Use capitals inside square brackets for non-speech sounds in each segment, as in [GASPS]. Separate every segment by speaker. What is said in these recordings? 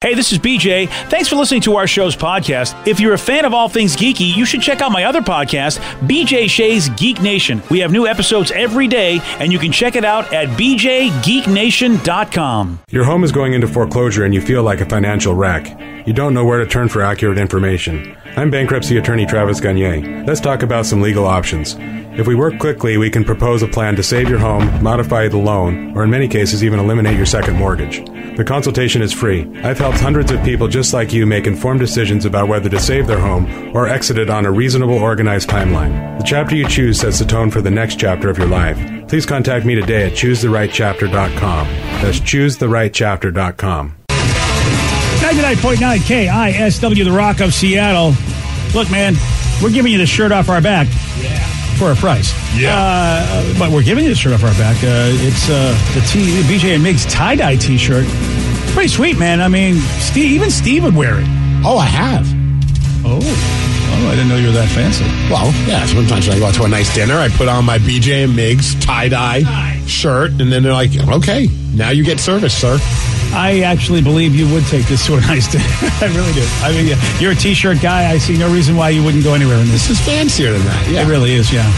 Speaker 1: Hey, this is BJ. Thanks for listening to our show's podcast. If you're a fan of all things geeky, you should check out my other podcast, BJ Shays Geek Nation. We have new episodes every day, and you can check it out at bjgeeknation.com.
Speaker 2: Your home is going into foreclosure and you feel like a financial wreck. You don't know where to turn for accurate information. I'm bankruptcy attorney Travis Gagne. Let's talk about some legal options. If we work quickly, we can propose a plan to save your home, modify the loan, or in many cases, even eliminate your second mortgage. The consultation is free. I've helped hundreds of people just like you make informed decisions about whether to save their home or exit it on a reasonable, organized timeline. The chapter you choose sets the tone for the next chapter of your life. Please contact me today at choosetherightchapter.com. That's choosetherightchapter.com.
Speaker 1: 99.9 KISW, The Rock of Seattle. Look, man, we're giving you the shirt off our back. For a price.
Speaker 3: Yeah.
Speaker 1: Uh, but we're giving you the shirt off our back. Uh, it's uh, the t- BJ and Migs tie dye t shirt. Pretty sweet, man. I mean, Steve, even Steve would wear it.
Speaker 3: Oh, I have.
Speaker 1: Oh. Oh, I didn't know you were that fancy.
Speaker 3: Well, yeah, sometimes when I go out to a nice dinner, I put on my BJ and Migs tie dye shirt, and then they're like, okay, now you get service, sir.
Speaker 1: I actually believe you would take this to a nice dinner. [LAUGHS] I really do. I mean, yeah, you're a t-shirt guy. I see no reason why you wouldn't go anywhere in this.
Speaker 3: This is fancier than that. Yeah.
Speaker 1: It really is, yeah.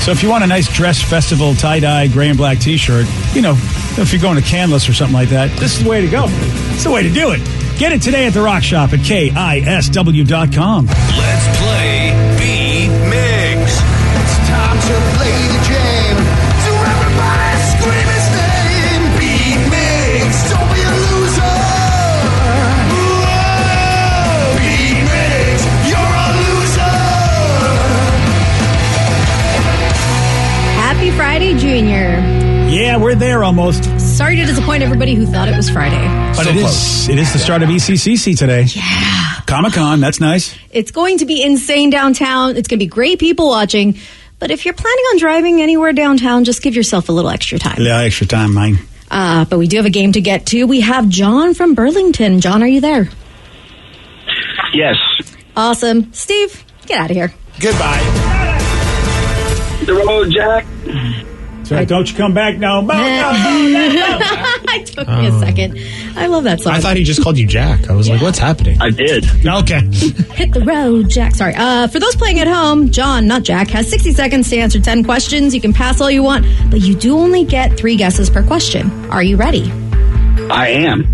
Speaker 1: So if you want a nice dress festival tie-dye gray and black t-shirt, you know, if you're going to Canlis or something like that, this is the way to go. It's the way to do it. Get it today at the Rock Shop at KISW.com.
Speaker 4: Let's play B Migs. It's time to play the game. So everybody scream his name. B Migs. Don't be a loser. Whoa. B Migs. You're a loser.
Speaker 5: Happy Friday, Junior.
Speaker 1: Yeah, we're there almost.
Speaker 5: Sorry to disappoint everybody who thought it was Friday.
Speaker 1: But it is it is the start of E ECCC today. Yeah. Comic-Con, that's nice.
Speaker 5: It's going to be insane downtown. It's going to be great people watching. But if you're planning on driving anywhere downtown, just give yourself a little extra time.
Speaker 1: Yeah, extra time, mine.
Speaker 5: Uh, but we do have a game to get to. We have John from Burlington. John, are you there?
Speaker 6: Yes.
Speaker 5: Awesome. Steve, get out of here. [LAUGHS]
Speaker 3: Goodbye.
Speaker 6: The road, Jack.
Speaker 1: Don't you come back now.
Speaker 5: I took me a second. I love that song.
Speaker 7: Oh. I thought he just called you Jack. I was like, what's happening?
Speaker 6: I did.
Speaker 7: okay.
Speaker 5: Hit the road, Jack. Sorry. Uh, for those playing at home, John, not Jack, has 60 seconds to answer 10 questions. You can pass all you want, but you do only get three guesses per question. Are you ready?
Speaker 6: I am.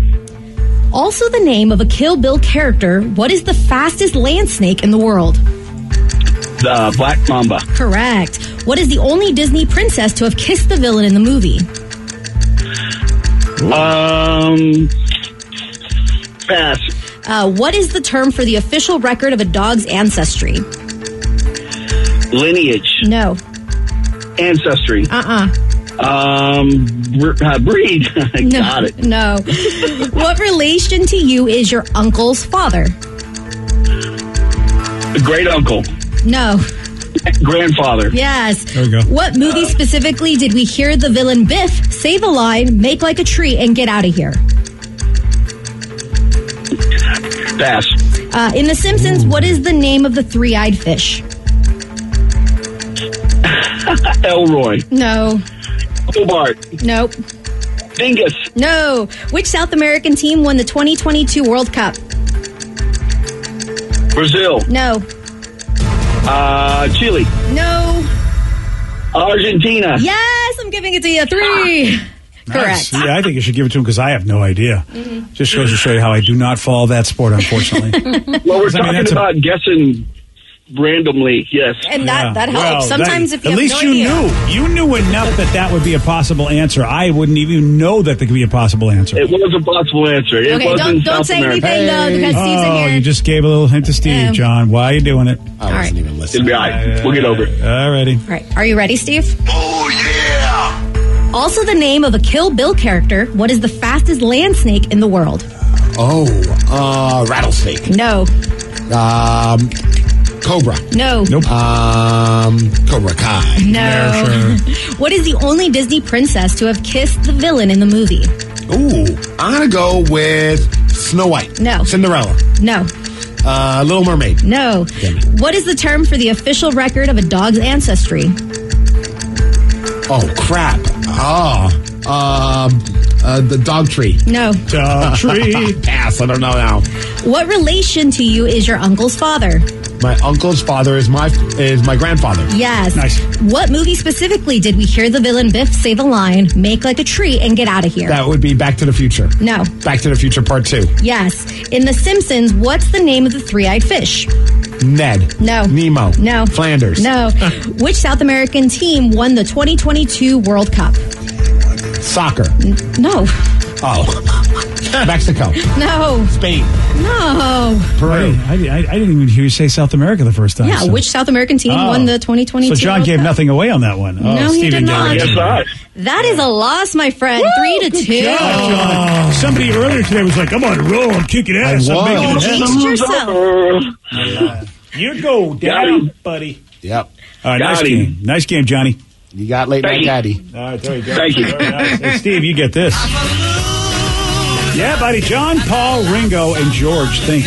Speaker 5: Also, the name of a Kill Bill character. What is the fastest land snake in the world?
Speaker 6: The Black Mamba.
Speaker 5: Correct. What is the only Disney princess to have kissed the villain in the movie?
Speaker 6: Um. Pass.
Speaker 5: Uh, what is the term for the official record of a dog's ancestry?
Speaker 6: Lineage.
Speaker 5: No.
Speaker 6: Ancestry.
Speaker 5: Uh uh
Speaker 6: Um. br- uh, breed. [LAUGHS]
Speaker 5: No.
Speaker 6: Got it.
Speaker 5: No. [LAUGHS] what relation to you is your uncle's father?
Speaker 6: Great uncle.
Speaker 5: No.
Speaker 6: Grandfather.
Speaker 5: Yes.
Speaker 1: There we go.
Speaker 5: What movie specifically did we hear the villain Biff say the line, make like a tree and get out of here?
Speaker 6: Pass.
Speaker 5: Uh, in The Simpsons, what is the name of the three eyed fish?
Speaker 6: Elroy.
Speaker 5: No.
Speaker 6: Hobart.
Speaker 5: Nope.
Speaker 6: Dingus.
Speaker 5: No. Which South American team won the 2022 World Cup?
Speaker 6: Brazil.
Speaker 5: No.
Speaker 6: Uh. Chile.
Speaker 5: No.
Speaker 6: Argentina.
Speaker 5: Yes, I'm giving it to you. Three,
Speaker 1: [LAUGHS]
Speaker 5: Correct. Mm-hmm.
Speaker 1: Yeah, I think you should give it to him because I have no idea. Just goes to show you how I do not follow that sport,
Speaker 5: [LAUGHS]
Speaker 1: unfortunately.
Speaker 6: Well, we're
Speaker 1: I mean,
Speaker 6: talking
Speaker 1: that's a-
Speaker 6: about guessing randomly. Yes.
Speaker 5: And that,
Speaker 1: Yeah.
Speaker 5: that
Speaker 1: Well,
Speaker 5: helps. Sometimes
Speaker 1: that-
Speaker 5: if
Speaker 1: at
Speaker 5: you have
Speaker 1: least
Speaker 5: no
Speaker 1: you
Speaker 5: idea.
Speaker 1: knew you knew enough that that would be a possible answer. I wouldn't even know that there could be a possible answer.
Speaker 6: It was a possible answer. It
Speaker 5: Okay,
Speaker 6: was in
Speaker 5: don't, don't
Speaker 6: South
Speaker 5: say
Speaker 6: America.
Speaker 5: anything though because Steve's in
Speaker 1: oh,
Speaker 5: here. Um,
Speaker 1: you just gave a little hint to Steve,
Speaker 5: Yeah.
Speaker 1: John. Why are you doing it?
Speaker 3: I
Speaker 5: All
Speaker 3: wasn't
Speaker 5: right.
Speaker 3: even
Speaker 6: It'll
Speaker 3: listening.
Speaker 6: be all right. We'll get over it.
Speaker 1: Alrighty.
Speaker 5: All right. Are you ready, Steve?
Speaker 4: Oh, yeah!
Speaker 5: Also, the name of a Kill Bill character. What is the fastest land snake in the world?
Speaker 3: Oh, uh, rattlesnake.
Speaker 5: No,
Speaker 3: Um, cobra.
Speaker 5: no,
Speaker 1: Nope.
Speaker 3: Um, Cobra Kai.
Speaker 5: no. [LAUGHS] what is the only Disney princess to have kissed the villain in the movie?
Speaker 3: Ooh, I'm gonna go with Snow White.
Speaker 5: No.
Speaker 3: Cinderella.
Speaker 5: No,
Speaker 3: Uh, Little Mermaid.
Speaker 5: no.
Speaker 3: Damn it.
Speaker 5: What is the term for the official record of a dog's ancestry?
Speaker 3: Oh crap. Oh, um, uh, the dog tree.
Speaker 5: No.
Speaker 1: Dog tree.
Speaker 3: [LAUGHS] Pass. I don't know now.
Speaker 5: What relation to you is your uncle's father?
Speaker 3: My uncle's father is my is my grandfather.
Speaker 5: Yes.
Speaker 1: Nice.
Speaker 5: What movie specifically did we hear the villain Biff say the line, make like a tree and get out of here?
Speaker 3: That would be Back to the Future.
Speaker 5: No.
Speaker 3: Back to the Future Part Two.
Speaker 5: Yes. In The Simpsons, what's the name of the three eyed fish?
Speaker 3: Ned.
Speaker 5: No.
Speaker 3: Nemo.
Speaker 5: No.
Speaker 3: Flanders.
Speaker 1: [LAUGHS]
Speaker 5: No. Which South American team won the 2022 World Cup?
Speaker 3: Soccer.
Speaker 5: No.
Speaker 3: Oh. Mexico.
Speaker 5: No.
Speaker 3: Spain.
Speaker 5: No.
Speaker 1: I,
Speaker 3: Peru.
Speaker 1: didn't- I, didn't- I didn't even hear you say South America the first time.
Speaker 5: Yeah,
Speaker 1: so-
Speaker 5: which South American team
Speaker 1: Oh.
Speaker 5: won the 2022
Speaker 1: So John
Speaker 5: World
Speaker 1: gave
Speaker 5: Cup?
Speaker 1: nothing away on that one. Oh,
Speaker 5: No, he
Speaker 1: Steven
Speaker 5: did not.
Speaker 1: it.
Speaker 6: Yes, not.
Speaker 5: That is a loss, my friend. Three to two.
Speaker 1: God, John. Somebody earlier today was like, "I'm on a roll. I'm kicking ass.
Speaker 3: I
Speaker 1: I'm making
Speaker 3: was.
Speaker 1: it."
Speaker 5: Jinxed yourself.
Speaker 1: You go down,
Speaker 6: him.
Speaker 1: buddy.
Speaker 3: Yep.
Speaker 1: All right,
Speaker 6: Got
Speaker 1: nice
Speaker 6: him.
Speaker 1: game. Nice game, Johnny.
Speaker 3: You got late
Speaker 6: Thank
Speaker 3: night
Speaker 6: you.
Speaker 3: daddy.
Speaker 1: All right, there you go.
Speaker 6: Thank you.
Speaker 1: Very nice. Hey, Steve, you get this. Yeah, buddy. John, Paul, Ringo, and George think.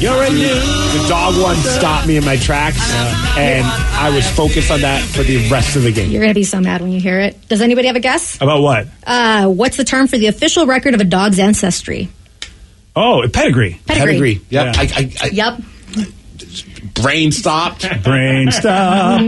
Speaker 1: You already knew.
Speaker 3: The dog one stopped me in my tracks,
Speaker 1: Uh-huh.
Speaker 3: and I was focused on that for the rest of the game.
Speaker 5: You're going to be so mad when you hear it. Does anybody have a guess?
Speaker 1: About what?
Speaker 5: Uh, what's the term for the official record of a dog's ancestry?
Speaker 1: Oh, a pedigree.
Speaker 5: Pedigree.
Speaker 3: Yep.
Speaker 1: Yeah.
Speaker 3: I, I,
Speaker 5: Yep.
Speaker 3: I, brain stopped.
Speaker 1: Brain
Speaker 5: [LAUGHS]
Speaker 1: stop.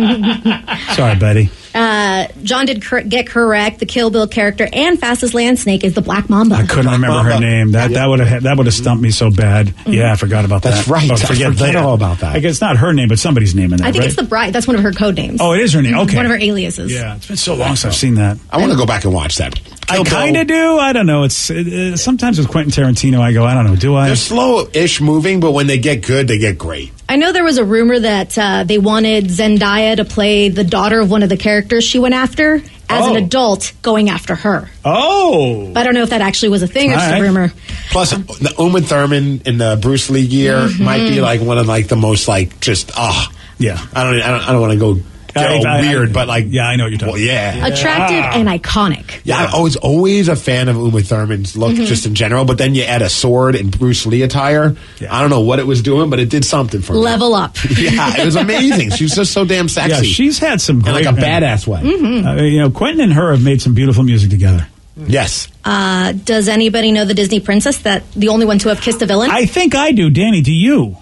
Speaker 1: Sorry, buddy.
Speaker 5: Uh, John did cor- get correct. The Kill Bill character and fastest land snake is the Black Mamba.
Speaker 1: I couldn't remember her
Speaker 3: Mamba.
Speaker 1: name. That that would have that would have stumped me so bad. Yeah, I forgot about
Speaker 3: That's
Speaker 1: that.
Speaker 3: right.
Speaker 1: Oh,
Speaker 3: I forget all about that.
Speaker 1: I guess it's not her name, but somebody's name in there.
Speaker 5: I think
Speaker 1: right?
Speaker 5: it's the bride. That's one of her code names.
Speaker 1: Oh, it is her name. Okay.
Speaker 5: Mm-hmm. One of her aliases.
Speaker 1: Yeah, it's been so long since I've seen that.
Speaker 3: I want to go back and watch that.
Speaker 1: I
Speaker 3: Kill Bill,
Speaker 1: kind of do. I don't know. It's it, it, sometimes with Quentin Tarantino, I go, I don't know. Do I?
Speaker 3: They're slow-ish moving, but when they get good, they get great.
Speaker 5: I know there was a rumor that uh, they wanted Zendaya to play the daughter of one of the characters she went after as
Speaker 1: Oh.
Speaker 5: an adult going after her.
Speaker 1: oh,
Speaker 5: But I don't know if that actually was a thing or just
Speaker 1: Alright.
Speaker 5: a rumor.
Speaker 3: Plus,
Speaker 1: Uh-huh.
Speaker 3: the Uma Thurman in the Bruce Lee gear might be like one of like the most like just ah.
Speaker 1: Mm-hmm. Yeah.
Speaker 3: I don't. I don't, I don't want to go
Speaker 1: I-
Speaker 3: go
Speaker 1: I- I-
Speaker 3: weird, but like
Speaker 1: Yeah, I know what you're talking
Speaker 3: Well, yeah. yeah.
Speaker 5: Attractive and iconic.
Speaker 3: I was always a fan of Uma Thurman's look
Speaker 5: Mm-hmm.
Speaker 3: just in general, but then you add a sword and Bruce Lee attire.
Speaker 1: Yeah.
Speaker 3: I don't know what it was doing, but it did something for me.
Speaker 5: Level
Speaker 1: [LAUGHS]
Speaker 5: up.
Speaker 3: [LAUGHS] yeah, it was amazing. She was just so damn sexy.
Speaker 1: yeah. She's had some
Speaker 3: in
Speaker 1: great
Speaker 3: like a badass way.
Speaker 5: Mm-hmm.
Speaker 1: Uh, you know, Quentin and her have made some beautiful music together.
Speaker 3: Yes.
Speaker 5: Uh, does anybody know the Disney princess that the only one to have kissed a villain?
Speaker 1: I think I do, Danny. Do you?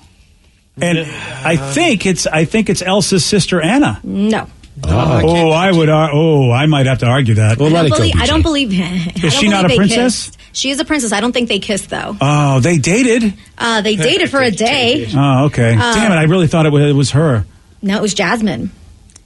Speaker 1: And I think it's I think it's Elsa's sister Anna.
Speaker 5: no.
Speaker 1: Oh, I would. Ar- oh, I might have to argue that.
Speaker 3: Well, let
Speaker 5: I don't
Speaker 3: it go.
Speaker 5: believe. I
Speaker 3: BJ.
Speaker 5: don't believe. Is
Speaker 1: she not a princess?
Speaker 5: She is a princess. I don't think they kissed though.
Speaker 1: Oh, they dated. [LAUGHS]
Speaker 5: Uh, they dated for a day.
Speaker 1: Oh, okay.
Speaker 3: Uh,
Speaker 1: Damn it! I really thought it was, it was her.
Speaker 5: No, it was Jasmine.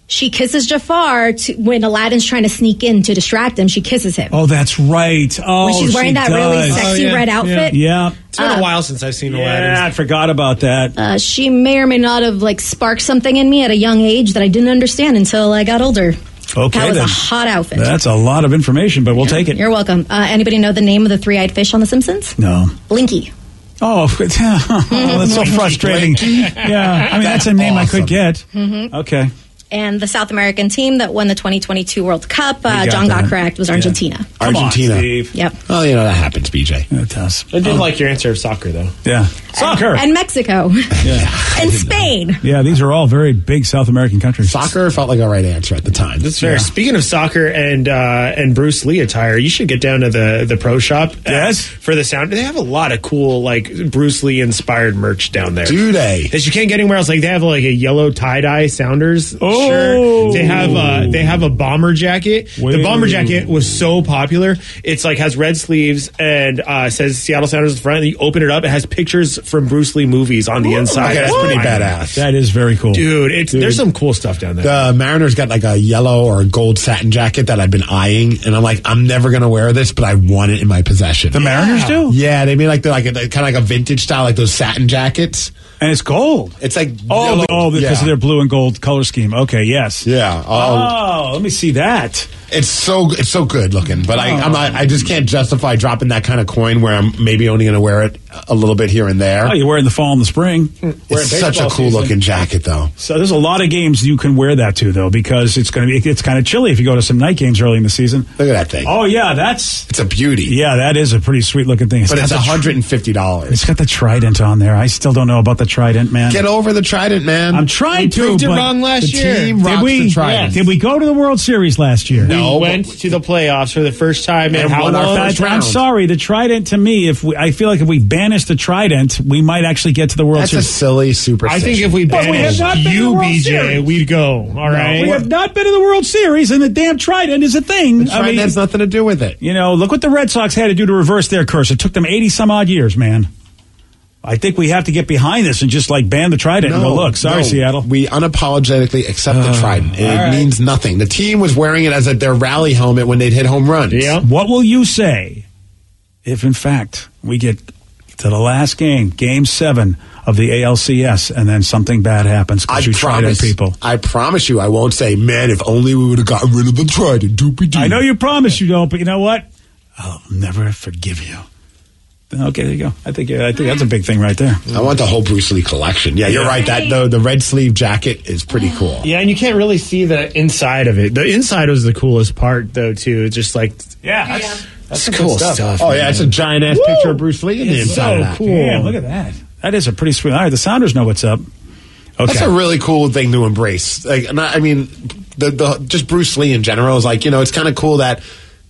Speaker 5: She kisses Jafar to, when Aladdin's trying to sneak in to distract him. She kisses him
Speaker 1: Oh, that's right. Oh,
Speaker 5: when she's wearing
Speaker 1: she
Speaker 5: that really
Speaker 1: does.
Speaker 5: sexy
Speaker 7: Oh, yeah,
Speaker 5: red
Speaker 7: yeah.
Speaker 5: outfit.
Speaker 1: Yeah.
Speaker 7: It's been a
Speaker 3: Ah.
Speaker 7: while since I've seen Aladdin.
Speaker 1: Yeah, I forgot about that.
Speaker 5: Uh, she may or may not have like sparked something in me at a young age that I didn't understand until I got older.
Speaker 1: Okay,
Speaker 5: that was
Speaker 1: then.
Speaker 5: a hot outfit.
Speaker 1: That's a lot of information, but we'll take it.
Speaker 5: You're welcome. Uh, anybody know the name of the three-eyed fish on The Simpsons?
Speaker 1: No.
Speaker 5: Blinky.
Speaker 1: Oh, [LAUGHS] that's
Speaker 5: [LAUGHS]
Speaker 1: so frustrating. Yeah, I mean that's a name I
Speaker 3: awesome.
Speaker 1: could get.
Speaker 5: Mm-hmm.
Speaker 1: Okay.
Speaker 5: And the South American team that won the 2022 World Cup, uh,
Speaker 1: got
Speaker 5: John got
Speaker 1: that.
Speaker 5: correct, was Argentina.
Speaker 1: Come on,
Speaker 3: Argentina.
Speaker 1: Steve.
Speaker 5: Yep.
Speaker 3: Well, you know that happens, BJ.
Speaker 1: That's-
Speaker 7: I did like your answer of soccer, though.
Speaker 1: Oh, Yeah. Soccer.
Speaker 5: and Mexico, and Spain.
Speaker 1: yeah, these are all very big South American countries.
Speaker 3: Soccer felt like a right answer at the time.
Speaker 7: That's fair. Speaking of soccer and uh, and Bruce Lee attire, you should get down to the the pro shop. uh,
Speaker 1: Yes.
Speaker 7: for the sound, they have a lot of cool like Bruce Lee inspired merch down there.
Speaker 3: Do they?
Speaker 7: that you can't get anywhere else. Like they have like a yellow tie dye Sounders
Speaker 1: Oh.
Speaker 7: shirt. They have a they have a bomber jacket.
Speaker 1: Whoa.
Speaker 7: The bomber jacket was so popular. It's like has red sleeves and uh, says Seattle Sounders in front. And you open it up, it has pictures from Bruce Lee movies on the inside.
Speaker 3: Okay, that's pretty
Speaker 7: Wow.
Speaker 3: badass.
Speaker 1: That is very cool.
Speaker 7: dude. It's there's some cool stuff down there.
Speaker 3: The Mariners got like a yellow or a gold satin jacket that I've been eyeing, and I'm like, I'm never gonna wear this, but I want it in my possession.
Speaker 1: The Mariners do?
Speaker 3: Yeah, they made like the like kind of like a vintage style, like those satin jackets.
Speaker 1: And it's gold.
Speaker 3: It's like
Speaker 1: Oh,
Speaker 3: yellow-
Speaker 1: oh, because
Speaker 3: yeah.
Speaker 1: of their blue and gold color scheme. Okay, yes.
Speaker 3: yeah. Oh,
Speaker 1: Oh, let me see that.
Speaker 3: it's so it's so good looking, but I I'm not, I just can't justify dropping that kind of coin where I'm maybe only gonna wear it a little bit here and there.
Speaker 1: Oh, you're wearing the fall and the spring.
Speaker 3: it's such a
Speaker 1: baseball
Speaker 3: cool
Speaker 1: season.
Speaker 3: looking jacket though.
Speaker 1: So there's a lot of games you can wear that to though, because it's going to be it's kind of chilly if you go to some night games early in the season.
Speaker 3: Look at that thing.
Speaker 1: Oh yeah, that's
Speaker 3: It's a beauty.
Speaker 1: yeah, that is a pretty sweet looking thing.
Speaker 3: But
Speaker 1: got
Speaker 3: it's
Speaker 1: the tr-
Speaker 3: hundred and fifty dollars.
Speaker 1: It's got the trident on there. I still don't know about the trident, man.
Speaker 3: Get over the trident, man.
Speaker 1: I'm trying
Speaker 3: We
Speaker 1: to.
Speaker 3: proved it
Speaker 1: but
Speaker 3: wrong last
Speaker 1: the
Speaker 3: year.
Speaker 1: Team
Speaker 3: Did
Speaker 1: rocks
Speaker 3: we?
Speaker 1: the trident.
Speaker 3: Yes.
Speaker 1: Did we go to the World Series last year?
Speaker 7: we
Speaker 3: No. but-
Speaker 7: went to the playoffs for the first time in
Speaker 3: And
Speaker 7: how
Speaker 3: won our
Speaker 7: long?
Speaker 3: first
Speaker 1: I, am
Speaker 3: round.
Speaker 1: sorry. The trident to me, if we, I feel like if we banish the trident, we might actually get to the World
Speaker 3: That's a
Speaker 1: Series.
Speaker 3: silly superstition.
Speaker 7: I think if we
Speaker 1: But we have
Speaker 7: banished
Speaker 1: not been to the
Speaker 7: you,
Speaker 1: World
Speaker 7: BJ,
Speaker 1: Series.
Speaker 7: we'd go. All right.
Speaker 1: we have not been to the World Series, and the damn trident is a thing.
Speaker 3: the trident has nothing to do with it.
Speaker 1: You know, look what the Red Sox had to do to reverse their curse. It took them 80 some odd years, man. I think we have to get behind this and just like ban the trident and go, look, sorry,
Speaker 3: no,
Speaker 1: Seattle. Uh,
Speaker 3: We unapologetically accept the trident. It means nothing. The team was wearing it as a, their rally helmet when they'd hit home runs.
Speaker 7: Yeah.
Speaker 1: What will you say if, in fact, we get to the last game, game seven of the ALCS, and then something bad happens
Speaker 3: I
Speaker 1: because you trident
Speaker 3: promise
Speaker 1: people?
Speaker 3: I promise you, I won't say, man, if only we would have gotten rid of the trident. Doopy doo.
Speaker 1: I know you promise you don't, but you know what? I'll never forgive you. Okay, there you go. I think I think that's a big thing right there.
Speaker 3: I want the whole Bruce Lee collection. Yeah, you're right. That the, the red sleeve jacket is pretty
Speaker 7: [GASPS]
Speaker 3: cool.
Speaker 7: Yeah, and you can't really see the inside of it. The inside was the coolest part, though, too. It's Just like
Speaker 1: Yeah, that's,
Speaker 7: it's cool stuff.
Speaker 3: Oh yeah, it's a giant ass picture of Bruce Lee in the
Speaker 7: It's
Speaker 3: inside.
Speaker 7: so
Speaker 3: of that.
Speaker 7: cool.
Speaker 1: Yeah, look at that. That is a pretty sweet. All right, the Sounders know what's up. Okay.
Speaker 3: That's a really cool thing to embrace. Like, and I, I mean, the, the just Bruce Lee in general is like you know it's kind of cool that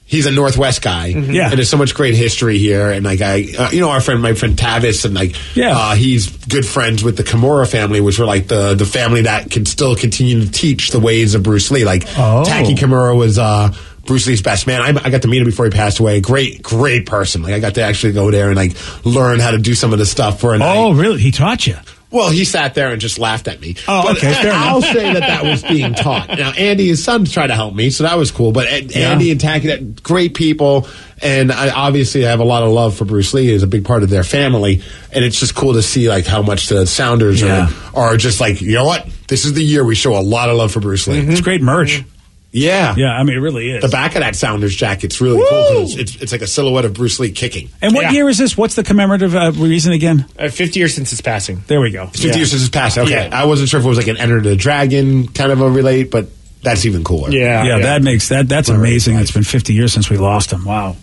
Speaker 3: he's a Northwest guy.
Speaker 1: Yeah.
Speaker 3: and there's so much great history here. And like I, uh, you know, our friend, my friend Tavis, and like
Speaker 1: Yeah.
Speaker 3: uh, he's good friends with the Kimura family, which were like the the family that can still continue to teach the ways of Bruce Lee. Like
Speaker 1: Oh.
Speaker 3: Taki Kimura was. uh Bruce Lee's best man. I, I got to meet him before he passed away. Great, great person. Like I got to actually go there and like learn how to do some of the stuff for a night.
Speaker 1: oh, really? He taught you.
Speaker 3: Well, he sat there and just laughed at me.
Speaker 1: Oh,
Speaker 3: But
Speaker 1: okay, fair
Speaker 3: [LAUGHS]
Speaker 1: enough.
Speaker 3: I'll say that that was being taught. Now, Andy, his son, tried to help me, so that was cool. But Ed- Andy and Tacky, that- great people, and I obviously I have a lot of love for Bruce Lee. is a big part of their family, and it's just cool to see like how much the Sounders
Speaker 1: Yeah.
Speaker 3: are, are just like you know what this is the year we show a lot of love for Bruce Lee.
Speaker 1: It's great merch.
Speaker 3: Yeah,
Speaker 1: Mm-hmm. Yeah, I mean, it really is.
Speaker 3: Mm-hmm. The back of that Sounders jacket's really cool 'cause it's, it's, it's like a silhouette of Bruce Lee kicking.
Speaker 1: and what
Speaker 7: Yeah.
Speaker 1: year is this? What's the commemorative uh, reason again?
Speaker 7: Uh, Fifty years since his passing.
Speaker 1: There we go.
Speaker 3: It's 50 years since his passing. Okay,
Speaker 7: Yeah.
Speaker 3: I wasn't sure if it was like an Enter the Dragon kind of a relate, but that's even cooler.
Speaker 7: Yeah,
Speaker 1: Yeah, that makes that that's amazing.
Speaker 3: right.
Speaker 1: It's been 50 years since we lost him. Wow.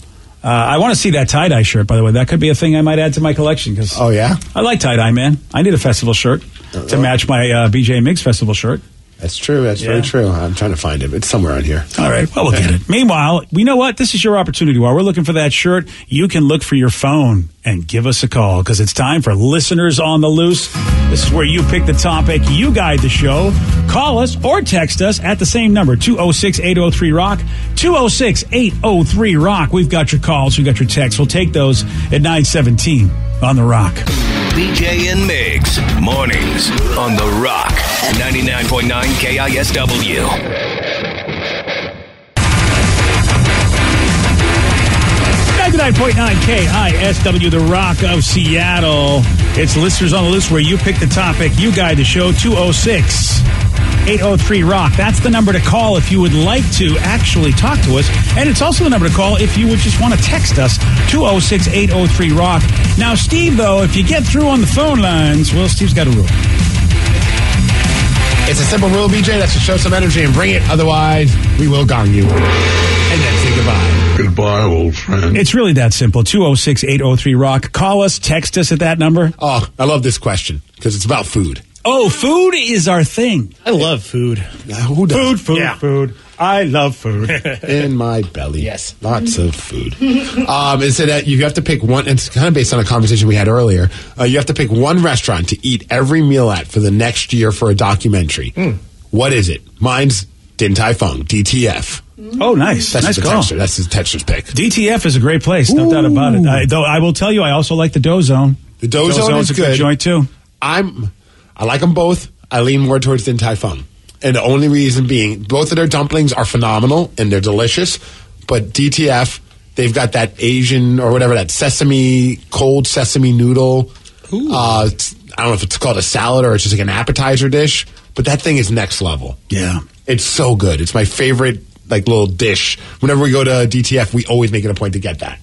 Speaker 1: Uh, I want to see that tie dye shirt. By the way, that could be a thing I might add to my collection because
Speaker 3: Oh yeah, Uh-huh.
Speaker 1: I like tie dye, man. I need a festival shirt to match my uh, BJ Miggs festival shirt.
Speaker 3: that's true. That's very
Speaker 1: Yeah.
Speaker 3: true. I'm trying to find it. It's somewhere on here.
Speaker 1: All right. Well, we'll get it. Meanwhile, we know what? This is your opportunity. While we're looking for that shirt, you can look for your phone and give us a call because it's time for Listeners on the Loose. This is where you pick the topic, you guide the show. Call us or text us at the same number, 206 803 Rock. 206 803 Rock. We've got your calls, we've got your texts. We'll take those at 917 on The Rock.
Speaker 4: BJ and Migs, mornings on The Rock, 99.9 KISW.
Speaker 1: Ninety-nine point nine KISW, the Rock of Seattle. It's Listeners on the List where you pick the topic, you guide the show, 206 803 Rock. That's the number to call if you would like to actually talk to us. And it's also the number to call if you would just want to text us, 206 803 Rock. Now, Steve, though, if you get through on the phone lines, well, Steve's got a rule.
Speaker 3: It's a simple rule, BJ. That's to show some energy and bring it. Otherwise, we will gong you. and then say goodbye.
Speaker 6: Goodbye, old friend.
Speaker 1: It's really that simple. 206 803 Rock. Call us, text us at that number.
Speaker 3: Oh, I love this question because it's about food.
Speaker 1: Oh, food is our thing.
Speaker 7: I love food.
Speaker 3: Now, Uh, who does
Speaker 1: food,
Speaker 7: Yeah.
Speaker 1: food. I love food.
Speaker 3: in my belly?
Speaker 7: Yes.
Speaker 3: lots of food. um, and so that you have to pick one. It's kind of based on a conversation we had earlier. Uh, you have to pick one restaurant to eat every meal at for the next year for a documentary.
Speaker 1: Hmm.
Speaker 3: What is it? Mine's Din Tai Fung, DTF.
Speaker 1: oh, nice.
Speaker 3: That's
Speaker 1: nice
Speaker 3: the
Speaker 1: call.
Speaker 3: texture. That's the texture's pick.
Speaker 1: DTF is a great place, no doubt about it. I, though I will tell you, I also like the Dough Zone.
Speaker 3: The Dough Zone
Speaker 1: Zone's
Speaker 3: is
Speaker 1: a good
Speaker 3: good.
Speaker 1: joint too.
Speaker 3: I'm I like them both. I lean more towards Din Tai Fung, and the only reason being both of their dumplings are phenomenal and they're delicious, but DTF they've got that Asian or whatever that sesame cold sesame noodle. Uh, it's- I don't know if it's called a salad or it's just like an appetizer dish, but that thing is next level.
Speaker 1: Yeah.
Speaker 3: It's so good. It's my favorite like little dish. Whenever we go to DTF, we always make it a point to get that.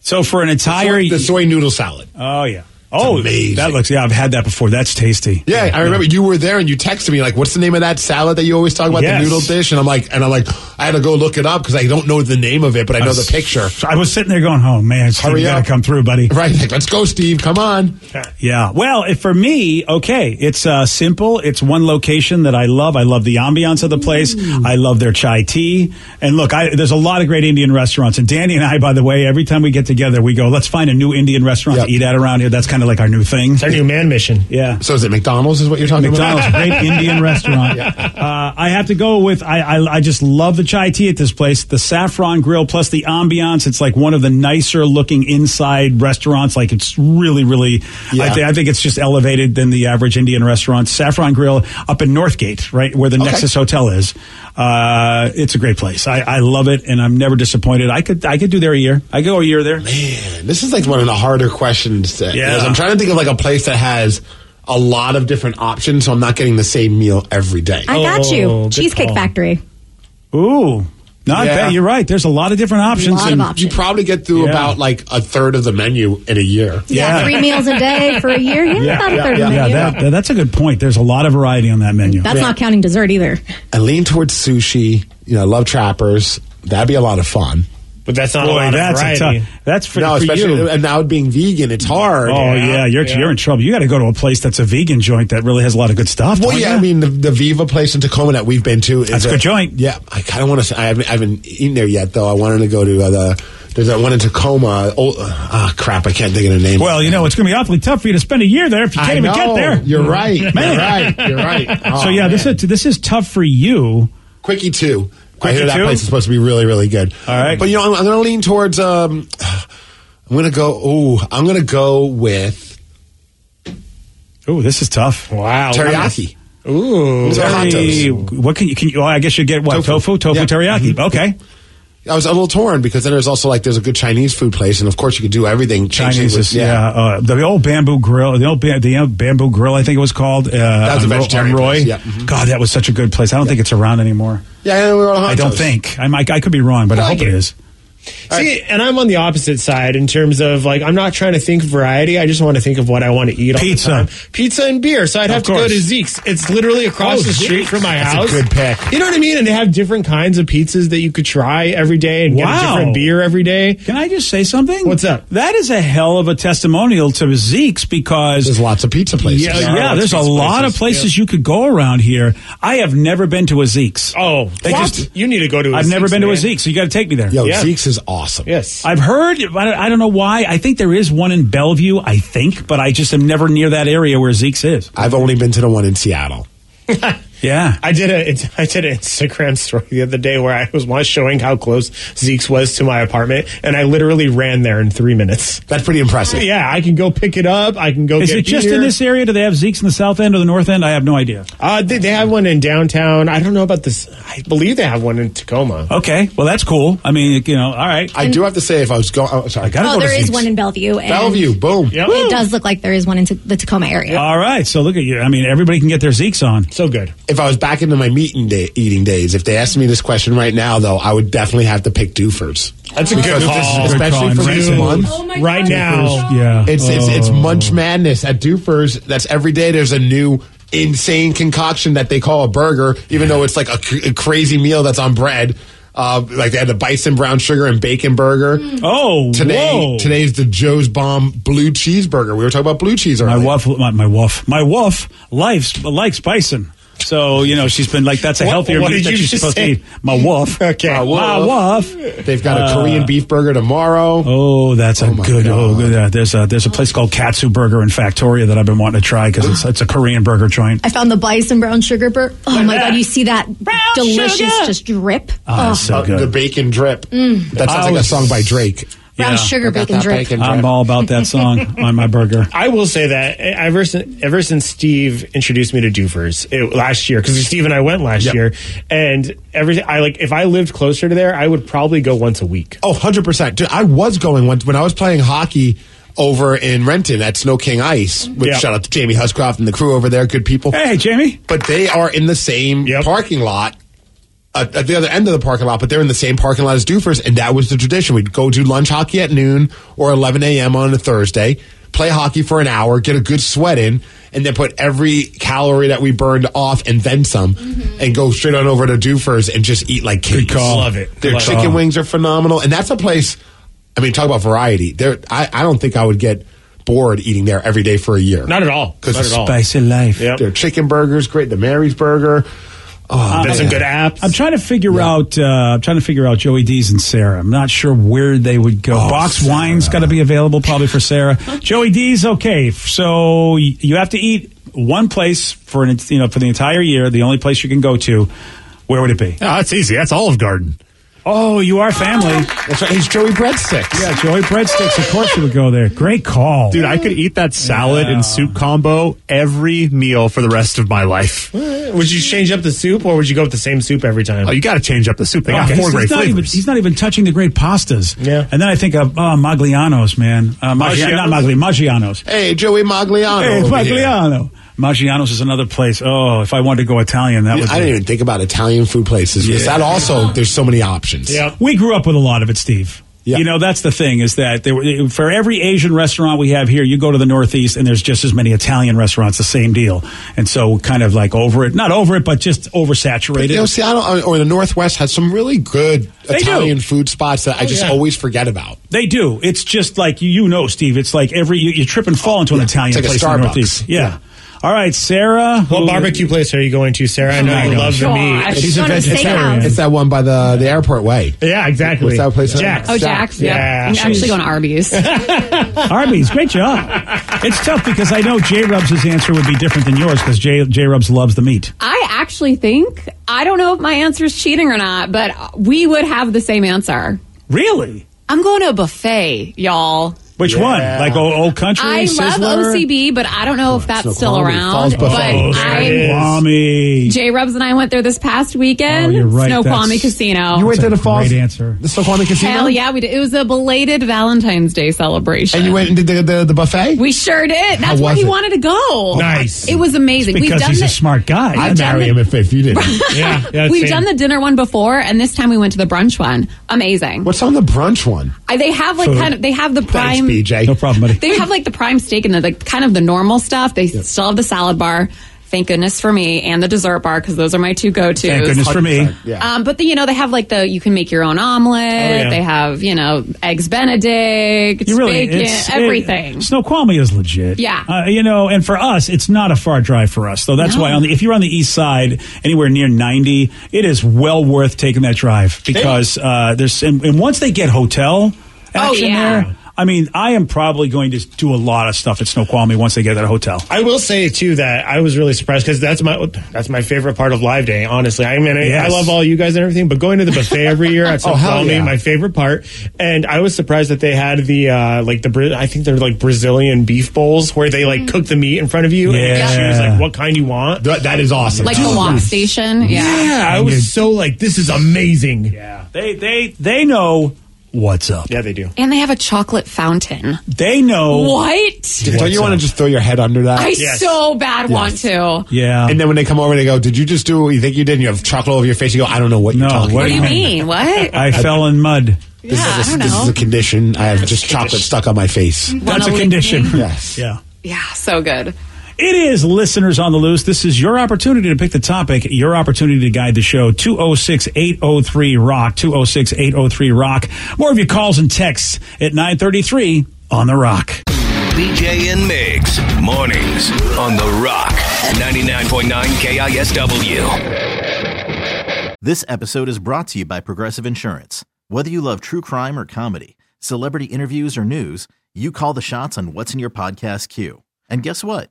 Speaker 1: So for an entire.
Speaker 3: the soy noodle salad.
Speaker 1: oh yeah. Oh,
Speaker 3: amazing.
Speaker 1: that looks. Yeah, I've had that before. That's tasty.
Speaker 3: Yeah, I remember you were there and you texted me like, "What's the name of that salad that you always talk about,
Speaker 1: Yes.
Speaker 3: the noodle dish?" And I'm like, and I'm like, I had to go look it up because I don't know the name of it, but I know the picture.
Speaker 1: I was sitting there going, "Oh man, it's
Speaker 3: Hurry
Speaker 1: you gotta
Speaker 3: up.
Speaker 1: come through, buddy."
Speaker 3: Right, like, let's go, Steve. Come on.
Speaker 1: Yeah. Well, if for me, okay, it's uh, simple. It's one location that I love. I love the ambiance of the place.
Speaker 7: Mm.
Speaker 1: I love their chai tea. And look, I, there's a lot of great Indian restaurants. And Danny and I, by the way, every time we get together, we go, let's find a new Indian restaurant
Speaker 3: Yep.
Speaker 1: to eat at around here. That's kind of like our new thing.
Speaker 7: It's our new man mission.
Speaker 1: Yeah.
Speaker 3: So is it McDonald's? Is what you're talking
Speaker 1: McDonald's,
Speaker 3: about?
Speaker 1: great Indian restaurant.
Speaker 3: [LAUGHS]
Speaker 1: Uh, I have to go with I, I. I just love the chai tea at this place. The saffron grill plus the ambiance. It's like one of the nicer looking inside restaurants. Like it's really, really. I,
Speaker 3: Yeah.
Speaker 1: thi- I think it's just elevated than the average Indian restaurant. Saffron Grill up in Northgate, right where the Nexus Hotel is. Uh, it's a great place. I, I love it, and I'm never disappointed. I could I could do there a year. I could go a year there.
Speaker 3: [LAUGHS] Man, this is like one of the harder questions. To,
Speaker 1: Yeah.
Speaker 3: because I'm trying to think of like a place that has a lot of different options, so I'm not getting the same meal every day.
Speaker 5: I got you.
Speaker 7: Oh, good
Speaker 5: Cheesecake
Speaker 7: call.
Speaker 5: Factory.
Speaker 1: Ooh, no, I
Speaker 3: Yeah.
Speaker 1: bet you're right. There's a lot of different options.
Speaker 5: Lot of
Speaker 1: and-
Speaker 5: options.
Speaker 3: you probably get through
Speaker 1: Yeah.
Speaker 3: about like a third of the menu in a year.
Speaker 5: Yeah.
Speaker 1: Yeah.
Speaker 5: three meals a day for a year. Yeah, about a third of the
Speaker 1: Yeah,
Speaker 5: menu.
Speaker 1: that, that- that's a good point. There's a lot of variety on that menu.
Speaker 5: That's not counting dessert either.
Speaker 3: I lean towards sushi. You know, I love trappers. That'd be a lot of fun.
Speaker 7: [LAUGHS] But that's not a lot
Speaker 1: Boy,
Speaker 7: of
Speaker 1: that's a
Speaker 7: variety.
Speaker 1: tough. That's for,
Speaker 3: no,
Speaker 1: for
Speaker 3: especially
Speaker 1: you.
Speaker 3: and now being vegan, it's hard.
Speaker 1: Oh yeah, you're
Speaker 7: yeah.
Speaker 1: you're in trouble. You got to go to a place that's a vegan joint that really has a lot of good stuff.
Speaker 3: Well,
Speaker 1: don't
Speaker 3: yeah,
Speaker 1: ya?
Speaker 3: I mean the, the Viva place in Tacoma that we've been to. Is
Speaker 1: That's a good joint.
Speaker 3: Yeah, I kind of want to. I haven't, I haven't eaten there yet, though. I wanted to go to uh, the. There's that one in Tacoma. Oh, uh, oh crap! I can't think of the name.
Speaker 1: well, you know, it's going to be awfully tough for you to spend a year there if you
Speaker 3: I
Speaker 1: can't even get
Speaker 3: know.
Speaker 1: there.
Speaker 3: You're right.
Speaker 1: [LAUGHS] Man.
Speaker 3: You're right. You're right.
Speaker 1: [LAUGHS]
Speaker 3: Oh,
Speaker 1: so yeah, this is this is tough for you.
Speaker 3: Quickie two. I
Speaker 1: Quickie
Speaker 3: hear that
Speaker 1: two?
Speaker 3: place is supposed to be really, really good.
Speaker 1: All right.
Speaker 3: but you know, I'm, I'm going to lean towards. Um, [SIGHS] I'm going to go. Oh, I'm going to go with
Speaker 1: Oh, this is tough.
Speaker 7: Wow.
Speaker 3: teriyaki.
Speaker 7: Ooh.
Speaker 3: It's a hot
Speaker 1: Terry-
Speaker 3: toast.
Speaker 1: what can you can you? Well, I guess you get what tofu,
Speaker 3: Tofu.
Speaker 1: tofu,
Speaker 3: Yeah.
Speaker 1: teriyaki.
Speaker 3: Mhm.
Speaker 1: Okay,
Speaker 3: I was a little torn because then there's also like there's a good Chinese food place, and of course you could do everything. change
Speaker 1: Chinese
Speaker 3: it with-
Speaker 1: is yeah. uh, the old bamboo grill, the old ba- the old bamboo grill, I think it was called. Uh, that
Speaker 3: was a vegetarian
Speaker 1: Roy.
Speaker 3: place, yeah. Mhm.
Speaker 1: God, that was such a good place. I don't think it's around anymore.
Speaker 3: yeah. yeah we were on hot
Speaker 1: I don't
Speaker 3: toast.
Speaker 1: think. I might. I could be wrong, but I,
Speaker 3: I
Speaker 1: hope
Speaker 3: like
Speaker 1: it
Speaker 3: it.
Speaker 1: is.
Speaker 7: See, and I'm on the opposite side in terms of like I'm not trying to think variety. I just want to think of what I want to eat. all the
Speaker 1: Pizza.
Speaker 7: time. pizza and beer. So I'd have
Speaker 1: Of
Speaker 7: to go
Speaker 1: course.
Speaker 7: to Zeke's. It's literally across
Speaker 1: Oh,
Speaker 7: the street
Speaker 1: Zeke's.
Speaker 7: from my
Speaker 1: That's a
Speaker 7: house.
Speaker 1: good pick.
Speaker 7: You know what I mean? And they have different kinds of pizzas that you could try every day, and get a
Speaker 1: Wow.
Speaker 7: different beer every day.
Speaker 1: Can I just say something?
Speaker 7: What's up?
Speaker 1: That is a hell of a testimonial to Zeke's because
Speaker 3: There's lots of pizza places.
Speaker 1: yeah,
Speaker 7: There are
Speaker 1: yeah,
Speaker 7: lots
Speaker 1: there's a
Speaker 7: of pizza
Speaker 1: lot
Speaker 7: places.
Speaker 1: of places you could go around here. I have never been to a Zeke's.
Speaker 7: Oh,
Speaker 1: They
Speaker 7: what?
Speaker 1: just-
Speaker 7: you need to go to. i
Speaker 1: I've never been to a
Speaker 7: Zeke's.
Speaker 1: Zeke's, so you got to take me there.
Speaker 3: Yo,
Speaker 7: Yeah.
Speaker 3: Zeke's is awesome.
Speaker 7: man. Yes.
Speaker 1: I've heard. I don't- I don't know why. I think there is one in Bellevue. I think, but I just am never near that area where Zeke's is.
Speaker 3: I've only been to the one in Seattle.
Speaker 1: Yeah.
Speaker 7: I did a I did an Instagram story the other day where I was once showing how close Zeke's was to my apartment, and I literally ran there in three minutes.
Speaker 3: That's pretty impressive.
Speaker 7: Yeah, I can go pick it up. I can go.
Speaker 1: Is
Speaker 7: get
Speaker 1: it just
Speaker 7: beer.
Speaker 1: in this area? Do they have Zeke's in the south end or the north end? I have no idea.
Speaker 7: Uh, they, they have one in downtown. I don't know about this. I believe they have one in Tacoma.
Speaker 1: Okay. Well, that's cool. I mean, you know, all right.
Speaker 3: I do have to say, if I was going, oh, sorry,
Speaker 1: gotta
Speaker 5: Oh,
Speaker 1: go to
Speaker 5: there is
Speaker 1: Zeke's.
Speaker 5: one in Bellevue. And
Speaker 3: Bellevue, boom.
Speaker 7: Yeah.
Speaker 5: It does look like there is one in t- the Tacoma area.
Speaker 1: All right. So look at you. I mean, everybody can get their Zeke's on.
Speaker 7: So good.
Speaker 3: If I was back into my meat and day, eating days, if they asked me this question right now, though, I would definitely have to pick Dufers.
Speaker 7: That's a good call.
Speaker 3: especially for
Speaker 1: Good
Speaker 3: these
Speaker 1: call.
Speaker 3: ones.
Speaker 5: Oh my
Speaker 7: right
Speaker 5: God.
Speaker 7: now.
Speaker 1: Yeah.
Speaker 3: It's, it's
Speaker 7: Oh.
Speaker 3: it's Munch Madness at Dufers. That's every day. There's a new insane concoction that they call a burger, even though it's like a, cr- a crazy meal that's on bread. Uh, like they had the bison brown sugar and bacon burger.
Speaker 1: Oh,
Speaker 3: Today,
Speaker 1: whoa.
Speaker 3: today's the Joe's Bomb blue cheeseburger. We were talking about blue cheese
Speaker 1: My
Speaker 3: earlier.
Speaker 1: wife, my, my wife, my wife likes likes bison. So you know she's been like that's a
Speaker 7: What-
Speaker 1: healthier
Speaker 7: what
Speaker 1: meat
Speaker 7: did
Speaker 1: that
Speaker 7: you
Speaker 1: she's
Speaker 7: just
Speaker 1: supposed
Speaker 7: say?
Speaker 1: to eat. My wife,
Speaker 7: Okay.
Speaker 1: my
Speaker 7: My
Speaker 1: wife.
Speaker 3: They've got a
Speaker 7: Uh.
Speaker 3: Korean beef burger tomorrow.
Speaker 1: Oh, that's a
Speaker 3: my
Speaker 1: good. Oh,
Speaker 3: God.
Speaker 1: good. Uh, there's a there's a place called Katsu Burger in Factoria that I've been wanting to try because it's it's a Korean burger joint.
Speaker 5: I found the bison brown sugar burger. Oh my god, you see that delicious
Speaker 1: sugar!
Speaker 5: just drip?
Speaker 1: Oh, it's so
Speaker 3: Uh, the
Speaker 1: good.
Speaker 3: bacon drip. That sounds
Speaker 1: I
Speaker 3: like a
Speaker 1: was-
Speaker 3: song by Drake. Um,
Speaker 5: brown
Speaker 1: yeah.
Speaker 5: sugar
Speaker 3: I got
Speaker 5: Mm. bacon
Speaker 3: that
Speaker 5: drip.
Speaker 3: bacon
Speaker 1: I'm
Speaker 3: drip.
Speaker 1: all about that song on my burger.
Speaker 7: I will say that eh, ever since ever since Steve introduced me to Doofers it, last year, because Steve and I went last
Speaker 3: Yep.
Speaker 7: year, and everything I like. If I lived closer to there, I would probably go once a week.
Speaker 3: Oh, 100%. Dude, I was going once when I was playing hockey over in Renton at Snow King Ice, which
Speaker 7: Yeah.
Speaker 3: shout out to Jamie Huscroft and the crew over there, good people.
Speaker 1: Hey, Jamie.
Speaker 3: But they are in the same
Speaker 7: Yep.
Speaker 3: parking lot. uh, At, at the other end of the parking lot, but they're in the same parking lot as Doofers, and that was the tradition. We'd go do lunch hockey at noon or 11 a.m. on a Thursday, play hockey for an hour, get a good sweat in, and then put every calorie that we burned off and then some, and go straight on over to Doofers and just eat like kings.
Speaker 1: call.
Speaker 7: Love it.
Speaker 3: Their
Speaker 7: Love it.
Speaker 3: chicken wings are phenomenal, and that's a place. I mean, talk about variety. There, I, I don't think I would get bored eating there every day for a year.
Speaker 7: Not at all.
Speaker 3: Because
Speaker 7: Not
Speaker 3: it's
Speaker 7: at all.
Speaker 1: Spicy life.
Speaker 7: Yep.
Speaker 3: Their chicken burgers, great. The Mary's burger. Oh,
Speaker 7: There's some
Speaker 3: man.
Speaker 7: good apps.
Speaker 1: I'm trying to figure out. Uh, I'm trying to figure out Joey D's and Sarah. I'm not sure where they would go.
Speaker 3: Oh,
Speaker 1: Box wine's got to be available probably for Sarah.
Speaker 3: [LAUGHS]
Speaker 1: Joey D's okay. So y- you have to eat one place for an you know for the entire year. The only place you can go to. Where would it be?
Speaker 8: Oh, that's easy. That's Olive Garden.
Speaker 1: Oh, you are family.
Speaker 3: That's right. He's Joey Breadsticks.
Speaker 1: Yeah, Joey breadsticks. Of course you would go there. Great call,
Speaker 8: Dude, I could eat that salad and soup combo every meal for the rest of my life.
Speaker 7: Would you change up the soup, or would you go with the same soup every time?
Speaker 8: Oh, you got to change up the soup. They got
Speaker 1: Okay.
Speaker 8: four
Speaker 1: He's-
Speaker 8: great
Speaker 1: he's, not even,
Speaker 8: flavors.
Speaker 1: he's not even touching the great pastas.
Speaker 7: Yeah.
Speaker 1: And then I think of uh, Magliano's, man. Uh, Maggi-
Speaker 8: Maggiano's?
Speaker 1: Not Magli, Maggiano's.
Speaker 3: Hey, Joey Magliano.
Speaker 1: Hey,
Speaker 3: over here.
Speaker 1: Magliano. Maggiano's is another place. Oh, if I wanted to go Italian, that would
Speaker 3: I didn't
Speaker 1: be.
Speaker 3: even think about Italian food places. 'cause That also, there's so many options.
Speaker 7: Yep.
Speaker 1: We grew up with a lot of it, Steve.
Speaker 3: Yeah.
Speaker 1: You know, that's the thing is that there were, for every Asian restaurant we have here, you go to the Northeast and there's just as many Italian restaurants, the same deal. And so kind of like over it, not over it, but just oversaturated.
Speaker 3: You know, Seattle or the Northwest has some really good
Speaker 1: They do. Oh,
Speaker 3: Italian food spots that I just
Speaker 1: yeah.
Speaker 3: always forget about.
Speaker 1: They do. It's just like you know, Steve. It's like every you, you trip and fall into an Italian
Speaker 3: It's like a
Speaker 1: place in the
Speaker 3: Starbucks.
Speaker 1: Northeast. Yeah.
Speaker 3: Yeah.
Speaker 1: All right, Sarah.
Speaker 7: what
Speaker 1: who-
Speaker 7: barbecue place are you going to, Sarah?
Speaker 9: Oh
Speaker 7: I know
Speaker 1: my
Speaker 7: you
Speaker 1: God.
Speaker 7: love the meat.
Speaker 3: She's
Speaker 5: She's
Speaker 3: a
Speaker 5: on a
Speaker 1: vegetarian.
Speaker 5: steakhouse.
Speaker 3: It's that one by the, the airport way.
Speaker 7: Yeah, exactly.
Speaker 3: What's that place?
Speaker 7: Jack's.
Speaker 9: Oh, Jack's.
Speaker 7: Yeah.
Speaker 9: Yeah. I'm
Speaker 7: Jeez.
Speaker 9: actually going to Arby's.
Speaker 1: [LAUGHS] Arby's. Great job. it's tough because I know J Rubs' answer would be different than yours because J J Rubs loves the meat.
Speaker 9: I actually think, I don't know if my answer is cheating or not, but we would have the same answer.
Speaker 1: Really?
Speaker 9: I'm going to a buffet, y'all.
Speaker 1: Which one? Like old, old country?
Speaker 9: I love
Speaker 1: Sizzler? Oh,
Speaker 9: OCB, but I don't know if that's
Speaker 3: no
Speaker 9: still
Speaker 3: quality. Falls
Speaker 9: around. But
Speaker 3: Buffet.
Speaker 7: There it
Speaker 9: I,
Speaker 7: is.
Speaker 1: Kwame.
Speaker 9: J Rubs and I went there this past weekend.
Speaker 1: Oh, you're right.
Speaker 9: Snow
Speaker 1: That's-
Speaker 9: Kwame Casino.
Speaker 3: You went
Speaker 1: That's
Speaker 3: to
Speaker 1: a
Speaker 3: the falls.
Speaker 1: great answer.
Speaker 3: The Snoqualmie Casino.
Speaker 9: Hell yeah, we did. It was a belated Valentine's Day celebration.
Speaker 3: And you went and did the, the, the buffet.
Speaker 9: we sure did.
Speaker 3: How
Speaker 9: That's where
Speaker 3: was
Speaker 9: he
Speaker 3: it?
Speaker 9: wanted to go.
Speaker 7: Nice.
Speaker 9: It was amazing. We've
Speaker 1: Because
Speaker 9: done
Speaker 1: he's a
Speaker 9: it-
Speaker 1: smart guy.
Speaker 3: I'd marry
Speaker 9: [LAUGHS]
Speaker 3: him if, if you didn't.
Speaker 7: Yeah, yeah,
Speaker 9: We've
Speaker 7: same.
Speaker 9: done the dinner one before, and this time we went to the brunch one. Amazing.
Speaker 3: What's on the brunch one?
Speaker 9: I- they have like
Speaker 1: Food.
Speaker 9: kind of they have the
Speaker 3: Thanks,
Speaker 9: prime.
Speaker 3: BJ.
Speaker 1: No problem, buddy.
Speaker 9: They have like the prime steak and the like kind of the normal stuff. They still have the salad bar. Thank goodness for me and the dessert bar because those are my two go tos.
Speaker 1: Thank goodness for me.
Speaker 3: Yeah.
Speaker 9: Um, but the, you know they have like the you can make your own omelet.
Speaker 1: Oh,
Speaker 9: They have you know eggs Benedict,
Speaker 1: You really
Speaker 9: bacon,
Speaker 1: it's- it-
Speaker 9: everything.
Speaker 1: Snoqualmie is legit.
Speaker 9: Yeah.
Speaker 1: Uh, you know, and for us, it's not a far drive for us. So that's why on the, if you're on the east side, anywhere near 90, it is well worth taking that drive because uh, there's and, and once they get hotel action
Speaker 9: Oh, yeah.
Speaker 1: there, I mean, I am probably going to do a lot of stuff at Snoqualmie once they get that hotel.
Speaker 7: I will say too that I was really surprised because that's my that's my favorite part of Live Day. Honestly, I mean, I,
Speaker 1: Yes.
Speaker 7: I love all you guys and everything, but going to the buffet every year at
Speaker 3: Oh, hell
Speaker 7: Snoqualmie,
Speaker 3: yeah.
Speaker 7: my favorite part. And I was surprised that they had the uh, like the Bra- I think they're like Brazilian beef bowls where they like cook the meat in front of you and you
Speaker 1: Yeah.
Speaker 7: can choose like what kind you want.
Speaker 3: Th- that is awesome.
Speaker 9: like the walk station, yeah.
Speaker 7: Yeah, I was so like, this is amazing. Yeah,
Speaker 1: They they they know what's up.
Speaker 7: yeah, they do.
Speaker 9: And they have a chocolate fountain.
Speaker 1: They know
Speaker 9: What?
Speaker 3: Don't you want to just throw your head under that?
Speaker 9: I
Speaker 7: Yes.
Speaker 9: so bad want to.
Speaker 1: Yeah.
Speaker 3: and then when they come over, they go, "Did you just do what you think you did?" And you have chocolate over your face. You go, "I don't know what
Speaker 1: No,
Speaker 3: you're talking
Speaker 1: what
Speaker 9: What
Speaker 3: about."
Speaker 9: do you mean? What?
Speaker 1: I fell in mud.
Speaker 3: This,
Speaker 9: Yeah,
Speaker 3: is
Speaker 9: I
Speaker 3: a,
Speaker 9: don't
Speaker 3: this
Speaker 9: know.
Speaker 3: is a condition. I have just chocolate stuck on my face.
Speaker 1: That's a
Speaker 9: lick
Speaker 1: condition.
Speaker 9: me?
Speaker 3: Yes.
Speaker 1: Yeah.
Speaker 9: Yeah, so good.
Speaker 1: It is listeners on the loose. This is your opportunity to pick the topic, your opportunity to guide the show. 206 803 Rock, 206 803 Rock. More of your calls and texts at 933 on The Rock.
Speaker 10: BJ and Migs, mornings on The Rock, 99.9 KISW.
Speaker 11: This episode is brought to you by Progressive Insurance. Whether you love true crime or comedy, celebrity interviews or news, you call the shots on what's in your podcast queue. And guess what?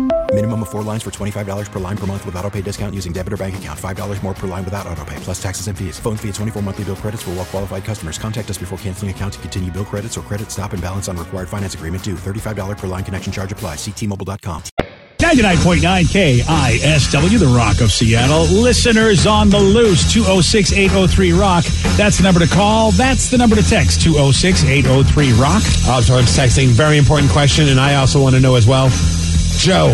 Speaker 12: Minimum of four lines for $25 per line per month with auto pay discount using debit or bank account. $5 more per line without auto pay, plus taxes and fees. Phone fee at 24 monthly bill credits for all well qualified customers. Contact us before canceling account to continue bill credits or credit stop and balance on required finance agreement due. $35 per line connection charge apply. Ctmobile.com.
Speaker 1: 99.9 KISW, The Rock of Seattle. Listeners on the loose, 206 803 Rock. That's the number to call. That's the number to text, 206 803 Rock.
Speaker 3: Uh, so I'm texting. Very important question, and I also want to know as well. Joe,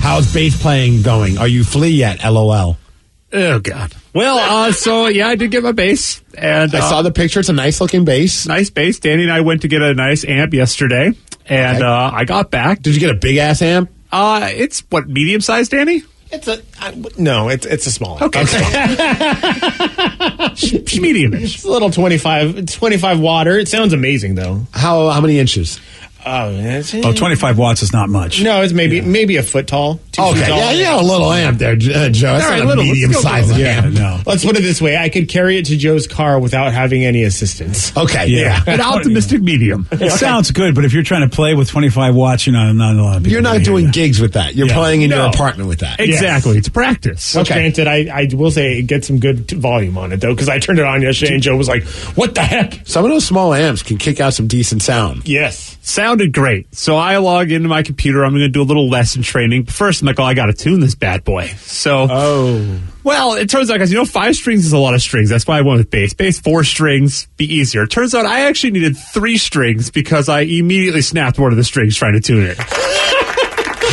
Speaker 3: how's bass playing going? Are you flea yet? LOL.
Speaker 13: Oh God. Well, uh, so yeah, I did get my bass, and uh,
Speaker 3: I saw the picture. It's a nice looking bass.
Speaker 13: Nice bass. Danny and I went to get a nice amp yesterday, and uh, I got back.
Speaker 3: Did you get a big ass amp?
Speaker 13: Uh, it's what medium sized, Danny.
Speaker 3: It's a no. It's it's a small.
Speaker 13: Okay. [LAUGHS] medium. It's
Speaker 7: a little 25, 25 water. It sounds amazing though.
Speaker 3: How how many inches?
Speaker 13: Uh,
Speaker 7: Oh, it's,
Speaker 1: Oh, 25 watts is not much.
Speaker 7: No, it's maybe maybe a foot tall. two feet
Speaker 3: Okay,
Speaker 7: tall.
Speaker 3: yeah, yeah, a little amp there, J- uh, Joe. That's
Speaker 7: All right,
Speaker 3: not a
Speaker 7: little. Let's
Speaker 3: medium
Speaker 7: go
Speaker 3: size
Speaker 7: little.
Speaker 3: amp.
Speaker 7: Yeah, Let's put it this way: I could carry it to Joe's car without having any assistance. [LAUGHS]
Speaker 3: Okay, [LAUGHS]
Speaker 1: Yeah.
Speaker 13: An optimistic medium.
Speaker 1: It sounds good, but if you're trying to play with 25 watts, you're not, not a lot of people.
Speaker 3: You're not doing gigs with that. You're
Speaker 1: Yeah.
Speaker 3: playing in your
Speaker 1: No.
Speaker 3: apartment with that.
Speaker 13: Exactly. It's practice.
Speaker 7: Which, Granted, I, I will say it gets some good t- volume on it though, because I turned it on yesterday and Joe was like, "What the heck?"
Speaker 3: Some of those small amps can kick out some decent sound.
Speaker 7: Yes.
Speaker 13: Sounded great. So I log into my computer. I'm going to do a little lesson training. But first, I'm like, oh, I got to tune this bad boy. So,
Speaker 7: oh,
Speaker 13: well, it turns out, guys, you know, five strings is a lot of strings. That's why I went with bass. Bass, four strings, be easier. Turns out I actually needed three strings because I immediately snapped one of the strings trying to tune it.
Speaker 3: [LAUGHS]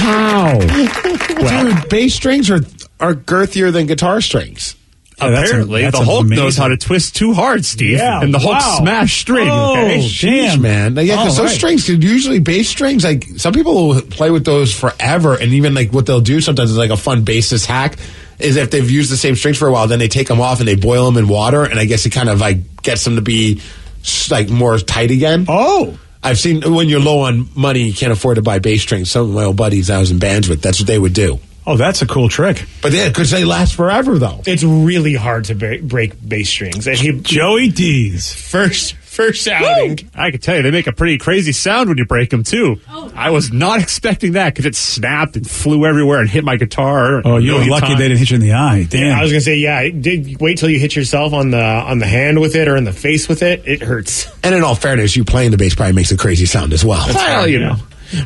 Speaker 3: How? Dude, bass strings are are girthier than guitar strings.
Speaker 1: that's a-
Speaker 13: Apparently,
Speaker 1: that's
Speaker 13: the Hulk
Speaker 1: amazing.
Speaker 13: knows how to twist too hard, Steve,
Speaker 1: Yeah,
Speaker 13: and the Hulk
Speaker 1: wow.
Speaker 13: smashed string.
Speaker 1: Oh,
Speaker 13: okay?
Speaker 3: Jeez,
Speaker 1: damn.
Speaker 3: man. Like, yeah, 'cause
Speaker 1: All
Speaker 3: those
Speaker 1: right.
Speaker 3: strings could usually bass strings. Like some people will play with those forever, and even like what they'll do sometimes is like a fun bassist hack is if they've used the same strings for a while, then they take them off and they boil them in water, and I guess it kind of like gets them to be s- like more tight again.
Speaker 13: Oh.
Speaker 3: I've seen when you're low on money, you can't afford to buy bass strings. Some of my old buddies I was in bands with, that's what they would do.
Speaker 1: Oh, that's a cool trick.
Speaker 3: But yeah, because they last forever, though.
Speaker 7: it's really hard to break, break bass strings. [LAUGHS] And he
Speaker 1: Joey D's.
Speaker 7: first first outing.
Speaker 13: I can tell you, they make a pretty crazy sound when you break them too. I was not expecting that because it snapped and flew everywhere and hit my guitar.
Speaker 1: Oh,
Speaker 13: a
Speaker 1: you were
Speaker 13: million
Speaker 1: lucky
Speaker 13: times.
Speaker 1: they didn't hit you in the eye. Damn.
Speaker 7: I was gonna say, yeah. it Did wait till you hit yourself on the on the hand with it or in the face with it? It hurts.
Speaker 3: And in all fairness, you playing the bass probably makes a crazy sound as well.
Speaker 13: Well, you know.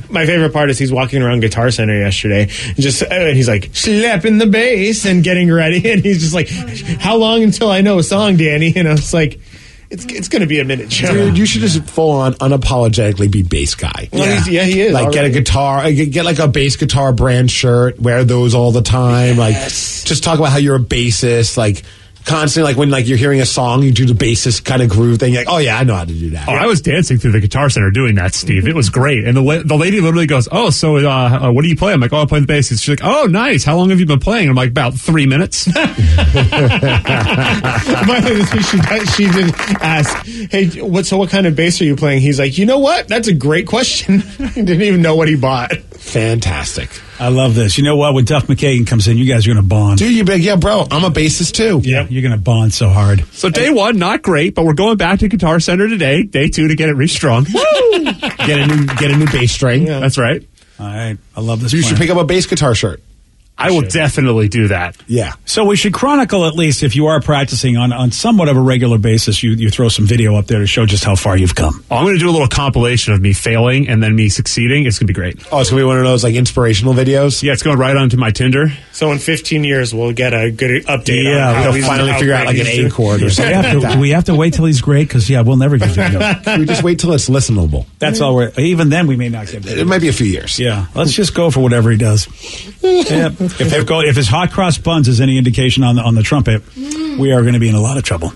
Speaker 7: My favorite part is he's walking around Guitar Center yesterday, and just uh, and he's like slapping the bass and getting [LAUGHS] ready, and he's just like, "How long until I know a song, Danny?" And I was like, "It's it's gonna be a minute, Joe."
Speaker 3: Dude, you should just full on unapologetically be bass guy.
Speaker 7: Well, he's- yeah, he is
Speaker 3: Like, get a
Speaker 7: already.
Speaker 3: guitar, uh, get get, like a bass guitar brand shirt, wear those all the time. Like, just talk about how you're a bassist. Like, constantly, like when like you're hearing a song, you do the bassist kind of groove thing. You're like, oh yeah, I know how to do that.
Speaker 13: Oh, I was dancing through the guitar center doing that, Steve. It was great. And the la- the lady literally goes, "Oh, so uh, uh, what do you play?" I'm like, "Oh, I play the bass." She's like, "Oh, nice. How long have you been playing?" I'm like, "About three minutes." [LAUGHS]
Speaker 7: By the way, this week [LAUGHS] she, she did ask, "Hey, what? So, what kind of bass are you playing?" He's like, "You know what? That's a great question." [LAUGHS] I didn't even know what he bought.
Speaker 3: Fantastic.
Speaker 1: I love this. You know what? When Duff McKagan comes in, you guys are going to bond.
Speaker 3: Dude, you're big. Yeah, bro. I'm a bassist too.
Speaker 1: Yeah, you're going to bond so hard.
Speaker 13: so day one, not great, but we're going back to Guitar Center today. Day two to get it restrung.
Speaker 3: get a new get a new bass string.
Speaker 13: That's right.
Speaker 1: All right. I love this.
Speaker 3: You should
Speaker 1: plan.
Speaker 3: pick up a bass guitar shirt.
Speaker 13: I will definitely do that.
Speaker 3: Yeah.
Speaker 1: So we should chronicle at least if you are practicing on, on somewhat of a regular basis, you, you throw some video up there to show just how far you've come.
Speaker 13: Oh, I'm going to do a little compilation of me failing and then me succeeding. It's going to be great.
Speaker 3: Oh, it's gonna be one of those like inspirational videos.
Speaker 13: Yeah, it's going right onto my Tinder.
Speaker 7: So in 15 years, we'll get a good update.
Speaker 13: Yeah,
Speaker 7: on how
Speaker 13: we'll
Speaker 7: he's-
Speaker 3: finally
Speaker 7: how
Speaker 3: figure out,
Speaker 7: great
Speaker 3: like, an
Speaker 7: he's
Speaker 3: A
Speaker 7: doing. [LAUGHS]
Speaker 3: chord or
Speaker 1: Do we
Speaker 3: something.
Speaker 1: have to, do we have to wait till he's great? Because, yeah, we'll never get video.
Speaker 3: Can we just wait till it's listenable.
Speaker 1: That's all we're, even then we may not get video.
Speaker 3: It might be a few years.
Speaker 1: Yeah, let's just go for whatever he does. Yeah, if, they've go, if his hot cross buns is any indication on the, on the trumpet, we are going to be in a lot of trouble.
Speaker 3: I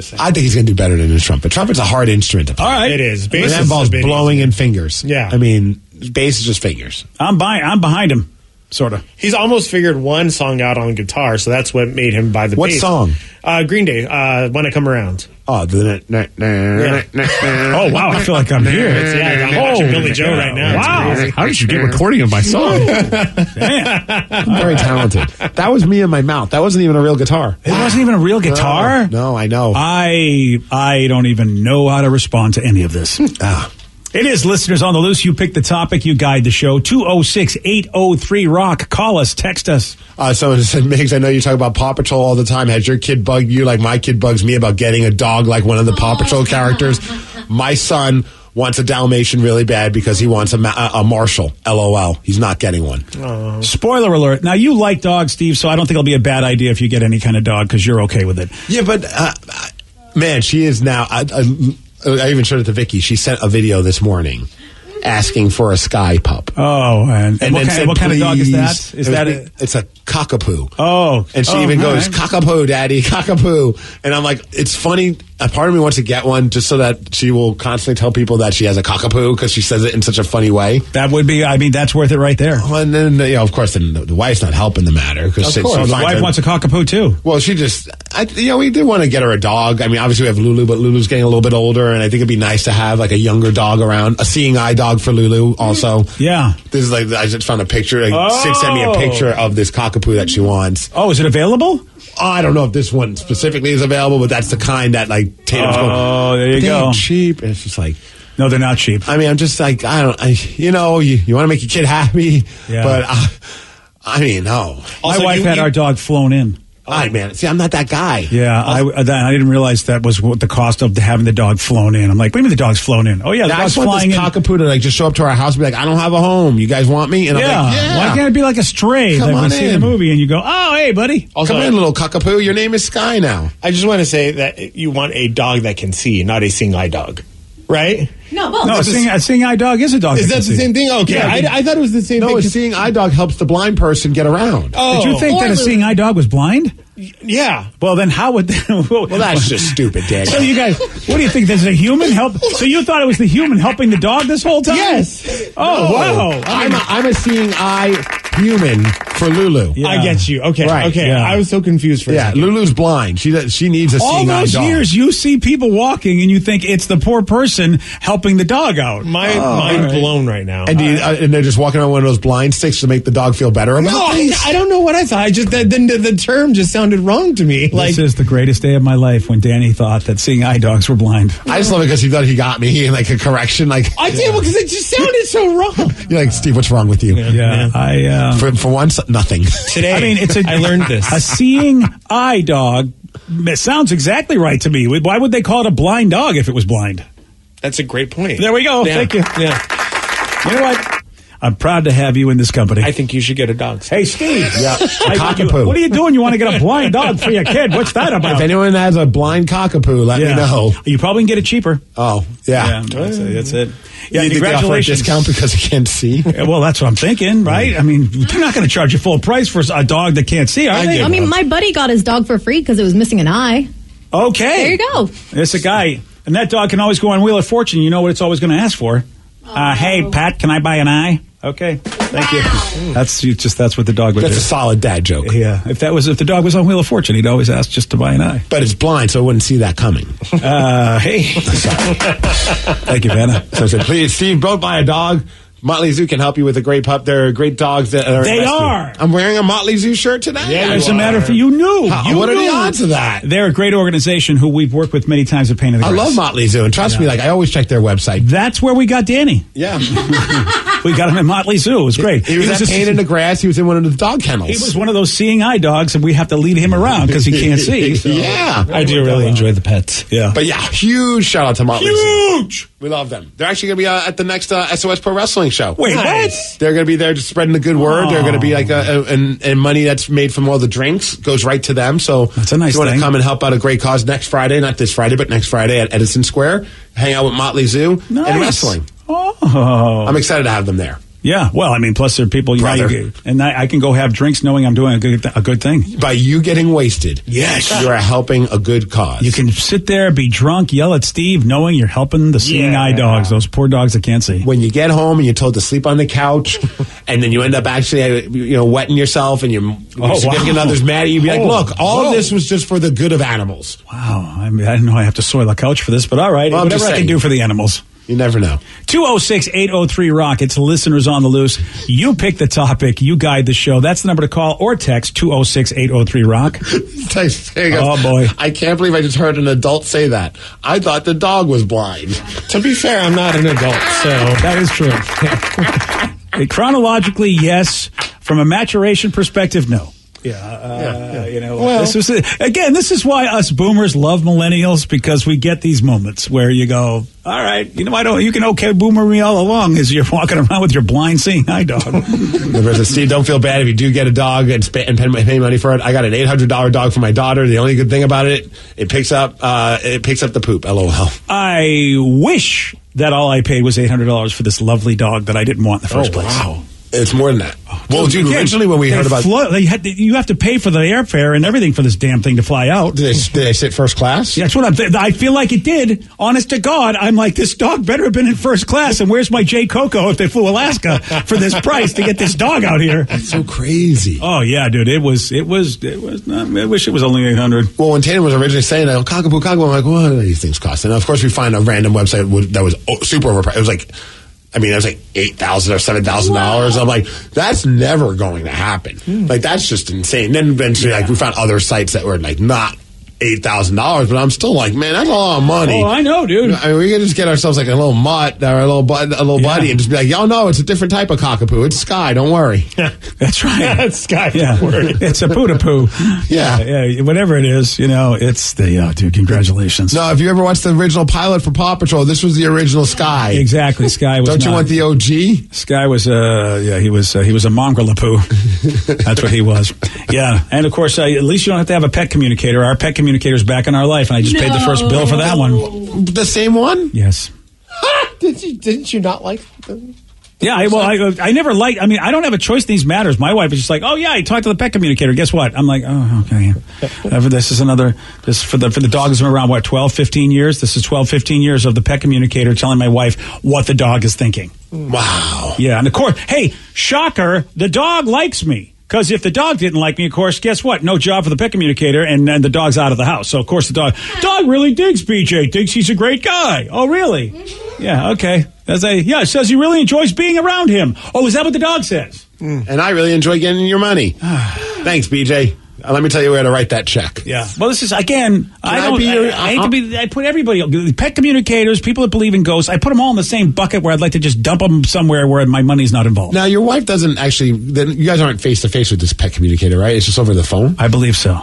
Speaker 3: think he's gonna do better than the trumpet. Trumpet's a hard instrument to play.
Speaker 1: All right,
Speaker 7: It is.
Speaker 3: And
Speaker 7: Bass
Speaker 3: that
Speaker 7: is a
Speaker 3: involves
Speaker 7: bit
Speaker 3: blowing
Speaker 7: easier.
Speaker 3: in fingers.
Speaker 7: Yeah.
Speaker 3: I mean, bass is just fingers.
Speaker 1: I'm by, I'm behind him, sort of.
Speaker 7: He's almost figured one song out on guitar, so that's what made him buy the
Speaker 3: What
Speaker 7: bass.
Speaker 3: song?
Speaker 7: Uh, Green Day. Uh, when I come around.
Speaker 3: Oh, the
Speaker 1: Oh wow, I feel like I'm here.
Speaker 7: It's- yeah, I'm watching
Speaker 1: Holy
Speaker 7: Billy Joe
Speaker 1: cow.
Speaker 7: right now. It's
Speaker 13: Wow.
Speaker 7: crazy.
Speaker 13: How did you get recording of my song?
Speaker 1: Damn.
Speaker 3: very talented. That was me in my mouth. That wasn't even a real guitar.
Speaker 1: It wasn't even a real guitar.
Speaker 3: No, I know.
Speaker 1: I I don't even know how to respond to any
Speaker 13: [LAUGHS]
Speaker 1: of this.
Speaker 3: Ah.
Speaker 1: It is listeners on the loose. You pick the topic, you guide the show. 206 803 Rock. Call us, text us.
Speaker 3: Uh, someone said, Migs, I know you talk about Paw Patrol all the time. Has your kid bugged you like my kid bugs me about getting a dog like one of the Paw Patrol characters? My son wants a Dalmatian really bad because he wants a, ma- a Marshall. LOL. He's not getting one.
Speaker 1: Spoiler alert. Now, you like dogs, Steve, so I don't think it'll be a bad idea if you get any kind of dog because you're okay with it.
Speaker 3: Yeah, but uh, man, she is now. I, I, I even showed it to Vicky. She sent a video this morning asking for a sky pup.
Speaker 1: Oh, and, and what, kind,
Speaker 3: said,
Speaker 1: what kind of dog is
Speaker 3: "Please."
Speaker 1: that? Is
Speaker 3: It was-
Speaker 1: that a,
Speaker 3: it's a cockapoo.
Speaker 1: Oh.
Speaker 3: And she
Speaker 1: Oh,
Speaker 3: even
Speaker 1: all
Speaker 3: goes,
Speaker 1: right.
Speaker 3: cockapoo, daddy, [LAUGHS] cockapoo. And I'm like, it's funny. A part of me wants to get one just so that she will constantly tell people that she has a cockapoo because she says it in such a funny way.
Speaker 1: That would be, I mean, that's worth it right there.
Speaker 3: Well, And then, you know, of course, then the, the wife's not helping the matter because
Speaker 1: Of course. His wife wants a cockapoo, too.
Speaker 3: well, she just, I, you know, we did want to get her a dog. I mean, obviously we have Lulu, but Lulu's getting a little bit older, and I think it'd be nice to have like a younger dog around, a seeing eye dog for Lulu also.
Speaker 1: Yeah.
Speaker 3: This is like, I just found a picture. Like, Sid sent me a
Speaker 1: Oh.
Speaker 3: picture of this cockapoo that she wants.
Speaker 1: Oh, is it available?
Speaker 3: I don't know if this one specifically is available, but that's the kind that like Tatum's going.
Speaker 1: Oh, there you
Speaker 3: "They ain't
Speaker 1: go.
Speaker 3: cheap. And it's just like,
Speaker 1: No, they're not cheap.
Speaker 3: I mean, I'm just like, I don't, I, you know, you, you want to make your kid happy,
Speaker 1: Yeah.
Speaker 3: but I, I mean, no.
Speaker 1: My wife had our dog flown in.
Speaker 3: I man, see, I'm not that guy.
Speaker 1: Oh. Yeah, I, that, I didn't realize that was what the cost of having the dog flown in. I'm like, wait a minute, the dog's flown in. Oh yeah, the
Speaker 3: Yeah, I
Speaker 1: dog's
Speaker 3: just want
Speaker 1: flying
Speaker 3: this
Speaker 1: in.
Speaker 3: cockapoo to like just show up to our house and be like, I don't have a home. You guys want me? And
Speaker 1: yeah.
Speaker 3: I'm like, yeah.
Speaker 1: why can't it be like a stray?
Speaker 3: Come
Speaker 1: like
Speaker 3: on
Speaker 1: we see in the
Speaker 3: in.
Speaker 1: movie, and you go, oh hey buddy.
Speaker 7: Also,
Speaker 3: Come in, little cockapoo. Your name is Sky now.
Speaker 7: I just want to say that you want a dog that can see, not a seeing eye dog, right?
Speaker 5: No,
Speaker 3: Oh,
Speaker 5: well,
Speaker 1: No, a seeing, a seeing eye dog is a dog.
Speaker 7: Is that
Speaker 1: can
Speaker 7: the
Speaker 1: see.
Speaker 7: same thing? Okay,
Speaker 1: Yeah,
Speaker 7: I, I thought it was the same
Speaker 3: No,
Speaker 7: thing.
Speaker 3: it's seeing eye dog helps the blind person get around.
Speaker 7: oh,
Speaker 1: Did you think
Speaker 5: Or
Speaker 1: that a
Speaker 5: Lou.
Speaker 1: seeing eye dog was blind?
Speaker 7: yeah.
Speaker 1: Well, then how would? [LAUGHS] well,
Speaker 3: Well, that's just stupid, Dad.
Speaker 1: So you guys, what do you think? There's a human help. So you thought it was the human helping the dog this whole time?
Speaker 7: Yes.
Speaker 1: Oh wow. I
Speaker 3: I'm
Speaker 1: mean,
Speaker 3: a, I'm a seeing eye human for Lulu.
Speaker 1: Yeah.
Speaker 7: I get you. Okay,
Speaker 3: Right,
Speaker 7: okay.
Speaker 1: yeah.
Speaker 7: I was so confused for a
Speaker 3: Yeah,
Speaker 7: second.
Speaker 3: Lulu's blind. She does, she needs a
Speaker 1: all
Speaker 3: seeing eye
Speaker 1: those
Speaker 3: dog.
Speaker 1: years, you see people walking, and you think it's the poor person helping the dog out.
Speaker 7: My
Speaker 13: Oh.
Speaker 7: mind blown right now.
Speaker 3: and, do you, uh, and they're just walking around one of those blind sticks to make the dog feel better
Speaker 7: Uh-huh. no,
Speaker 3: about
Speaker 7: I,
Speaker 3: things.
Speaker 7: I don't know what I thought. I just that, then the, the term just sounded wrong to me. Like
Speaker 1: this is the greatest day of my life when Danny thought that seeing eye dogs were blind.
Speaker 3: I just love it because he thought he got me [LAUGHS] and like a correction. Like
Speaker 7: I did because it just sounded so wrong.
Speaker 3: [LAUGHS] you're like Steve, what's wrong with you?
Speaker 1: Yeah, I. Uh,
Speaker 3: For, for once,
Speaker 1: [LAUGHS]
Speaker 3: nothing.
Speaker 7: Today,
Speaker 1: I mean, it's a.
Speaker 7: I learned this.
Speaker 1: A seeing eye dog it sounds exactly right to me. Why would they call it a blind dog if it was blind?
Speaker 7: That's a great point.
Speaker 1: There we go.
Speaker 7: Yeah.
Speaker 1: Thank you.
Speaker 7: Yeah.
Speaker 1: You know what? I'm proud to have you in this company.
Speaker 7: I think you should get a dog.
Speaker 1: Hey, Steve.
Speaker 3: Yeah, a
Speaker 1: I-
Speaker 3: cockapoo.
Speaker 1: What are you doing? You want to get a
Speaker 3: [LAUGHS]
Speaker 1: blind dog for your kid? What's that about?
Speaker 3: If anyone has a blind cockapoo, let
Speaker 1: Yeah.
Speaker 3: me know.
Speaker 1: You probably can get it cheaper.
Speaker 3: Oh, yeah.
Speaker 1: that's, it, that's it. Yeah,
Speaker 3: you think they offer a
Speaker 1: congratulations.
Speaker 3: discount because I can't
Speaker 1: [LAUGHS]
Speaker 3: see?
Speaker 1: Yeah, well, that's what I'm thinking, right? I mean, they're not going to charge you full price for a dog that can't see, are they?
Speaker 5: I mean, my buddy got his dog for free because it was missing an eye.
Speaker 1: okay.
Speaker 5: There you go.
Speaker 1: It's a guy, and that dog can always go on Wheel of Fortune. You know what it's always going to ask for? Uh,
Speaker 5: Oh.
Speaker 1: hey, Pat, can I buy an eye? Okay, thank you. That's you- just that's what the dog would
Speaker 3: That's
Speaker 1: do.
Speaker 3: a solid dad joke.
Speaker 1: yeah, if that was if the dog was on Wheel of Fortune, he'd always ask just to buy an eye.
Speaker 3: But it's blind, so I wouldn't see that coming.
Speaker 1: Uh, hey, [LAUGHS] thank you, Vanna.
Speaker 3: So I said, please, Steve, don't buy a dog. Motley Zoo can help you with a great pup. There are great dogs that are.
Speaker 1: They
Speaker 3: rescued.
Speaker 1: are.
Speaker 3: I'm wearing a Motley Zoo shirt today.
Speaker 1: Yeah, as a matter of you knew.
Speaker 3: How-
Speaker 1: you
Speaker 3: what are the
Speaker 1: knew.
Speaker 3: odds of that?
Speaker 1: They're a great organization who we've worked with many times at Pain in the
Speaker 3: I
Speaker 1: Grass.
Speaker 3: love Motley Zoo, and trust me, like I always check their website.
Speaker 1: That's where we got Danny.
Speaker 3: [LAUGHS] Yeah,
Speaker 1: We got him at Motley Zoo. It was great.
Speaker 3: he was,
Speaker 1: a-
Speaker 3: at Pain in the Grass. He was in one of the dog kennels.
Speaker 1: He was one of those seeing eye dogs, and we have to lead him around because he
Speaker 3: [LAUGHS]
Speaker 1: can't see. so-
Speaker 3: Yeah.
Speaker 1: I do really enjoy the pets. Yeah,
Speaker 3: But yeah, huge shout out to Motley Zoo.
Speaker 1: huge.
Speaker 3: We love them. They're actually going to be uh, at the next uh, SOS Pro Wrestling show.
Speaker 1: Wait, what?
Speaker 3: They're going to be there just spreading the good word. They're going to be like, uh uh and, and money that's made from all the drinks goes right to them. So
Speaker 1: That's a nice
Speaker 3: if you want
Speaker 1: thing.
Speaker 3: to come and help out a great cause next Friday, not this Friday, but next Friday at Edison Square, hang out with Motley Zoo
Speaker 1: Nice.
Speaker 3: and wrestling.
Speaker 1: Oh,
Speaker 3: I'm excited to have them there.
Speaker 1: yeah. Well, I mean, plus there are people, you know,
Speaker 3: Brother.
Speaker 1: you- and I, I can go have drinks knowing I'm doing a good a good thing.
Speaker 3: By you getting wasted,
Speaker 1: Yes.
Speaker 3: you are helping a good cause.
Speaker 1: You can sit there, be drunk, yell at Steve, knowing you're helping the seeing
Speaker 7: Yeah.
Speaker 1: eye dogs, those poor dogs that can't see.
Speaker 3: when you get home and you're told to sleep on the [LAUGHS] couch, and then you end up actually, uh, you know, wetting yourself, and your, your
Speaker 1: wow.
Speaker 3: significant other's mad at you, be like,
Speaker 1: Oh,
Speaker 3: "Look, all
Speaker 1: whoa.
Speaker 3: of this was just for the good of animals."
Speaker 1: Wow, I, mean, I didn't know I have to soil a couch for this, but all right,
Speaker 3: Well, I'm
Speaker 1: whatever
Speaker 3: just
Speaker 1: I can
Speaker 3: saying.
Speaker 1: do for the animals.
Speaker 3: You never [LAUGHS] know.
Speaker 1: 206 803 Rock. It's listeners on the loose. You pick the topic, you guide the show. That's the number to call or text 206 803 Rock.
Speaker 3: Text- there you go.
Speaker 1: Oh, boy.
Speaker 3: I can't believe I just heard an adult say that. I thought the dog was blind.
Speaker 7: To be fair, I'm not an adult, so
Speaker 1: That is [LAUGHS] true. Chronologically, yes. From a maturation perspective, no. Yeah, uh, you know.
Speaker 3: Well-
Speaker 1: this was again. This is why us boomers love millennials because we get these moments where you go, "All right, you know, I don't. You can okay boomer me all along as you're walking around with your blind seeing eye [LAUGHS] dog."
Speaker 3: The person, Steve, don't feel bad if you do get a dog and, sp- and pay, my- pay money for it. I got an eight hundred dollar dog for my daughter. The only good thing about it, it picks up, uh, it picks up the poop. LOL.
Speaker 1: I wish that all I paid was eight hundred dollars for this lovely dog that I didn't want in the first place.
Speaker 3: it's more than that.
Speaker 1: Oh,
Speaker 3: Well, dude,
Speaker 1: Again,
Speaker 3: originally when we
Speaker 1: they
Speaker 3: heard about,
Speaker 1: flo- they had to- you have to pay for the airfare and everything for this damn thing to fly out.
Speaker 3: did they, did they sit first class?
Speaker 1: That's what I'm. Th- I feel like it did. Honest to God, I'm like this dog better have been in first class. And where's my Jay Coco if they flew Alaska for this price to get this dog out here?
Speaker 3: So crazy.
Speaker 1: Oh yeah, dude, it was it was it was. Not, I wish it was only eight hundred.
Speaker 3: Well, when Tatum was originally saying that, cockapoo, cockapoo, I'm like, what do these things cost? And of course, we find a random website wo- that was o- super overpriced. It was like, I mean, it was like eight thousand or seven thousand dollars. I'm like, that's never going to happen.
Speaker 1: Hmm.
Speaker 3: Like, that's just insane. Then eventually, like, we found other sites that were like not eight thousand dollars, but I'm still like, man, that's a lot of money.
Speaker 1: Oh, I know, dude.
Speaker 3: I mean, we can just get ourselves like a little mutt or a little bud, a little
Speaker 1: Yeah.
Speaker 3: buddy, and just be like, y'all know it's a different type of cockapoo. It's Sky. Don't worry.
Speaker 1: [LAUGHS] That's right.
Speaker 7: that's [LAUGHS] Sky.
Speaker 1: Yeah, it's a poo poo.
Speaker 3: Yeah.
Speaker 1: yeah, whatever it is, you know, it's the uh, dude. Congratulations.
Speaker 3: No, if you ever watched the original pilot for Paw Patrol, this was the original Sky.
Speaker 1: exactly. Sky was.
Speaker 3: Don't you
Speaker 1: not-
Speaker 3: want the OG?
Speaker 1: Sky was uh yeah he was uh, he was a mongrelapoo. That's what he was. Yeah, and of course uh, at least you don't have to have a pet communicator. Our pet communicator's back in our life, and I just paid the first bill for that one.
Speaker 3: The same one?
Speaker 1: Yes.
Speaker 7: Did you, didn't you not like them?
Speaker 1: Yeah, I, well, I, I never liked. I mean, I don't have a choice in these matters. My wife is just like, "Oh yeah, I talked to the pet communicator. Guess what?" I'm like, "Oh okay." Uh, for this is another this for the for the dog has been around what 12, 15 years. This is 12, 15 years of the pet communicator telling my wife what the dog is thinking.
Speaker 3: Wow.
Speaker 1: Yeah, and of course, hey, shocker, the dog likes me. Because if the dog didn't like me, of course, guess what? No job for the pet communicator, and then the dog's out of the house. So, of course, the dog dog really digs BJ, thinks he's a great guy. Oh, really? Yeah, okay. That's a, yeah, it says he really enjoys being around him. Oh, is that what the dog says?
Speaker 3: And I really enjoy getting your
Speaker 1: [SIGHS]
Speaker 3: money. Thanks, BJ. Uh, Let me tell you where to write that check.
Speaker 1: Yeah. Well, this is again. I
Speaker 3: I
Speaker 1: don't.
Speaker 3: be
Speaker 1: I,
Speaker 3: your- uh-huh.
Speaker 1: I hate to be. I put everybody, pet communicators, people that believe in ghosts. I put them all in the same bucket where I'd like to just dump them somewhere where my money's not involved.
Speaker 3: Now, your wife doesn't actually, then you guys aren't face to face with this pet communicator, right? It's just over the phone.
Speaker 1: I believe so.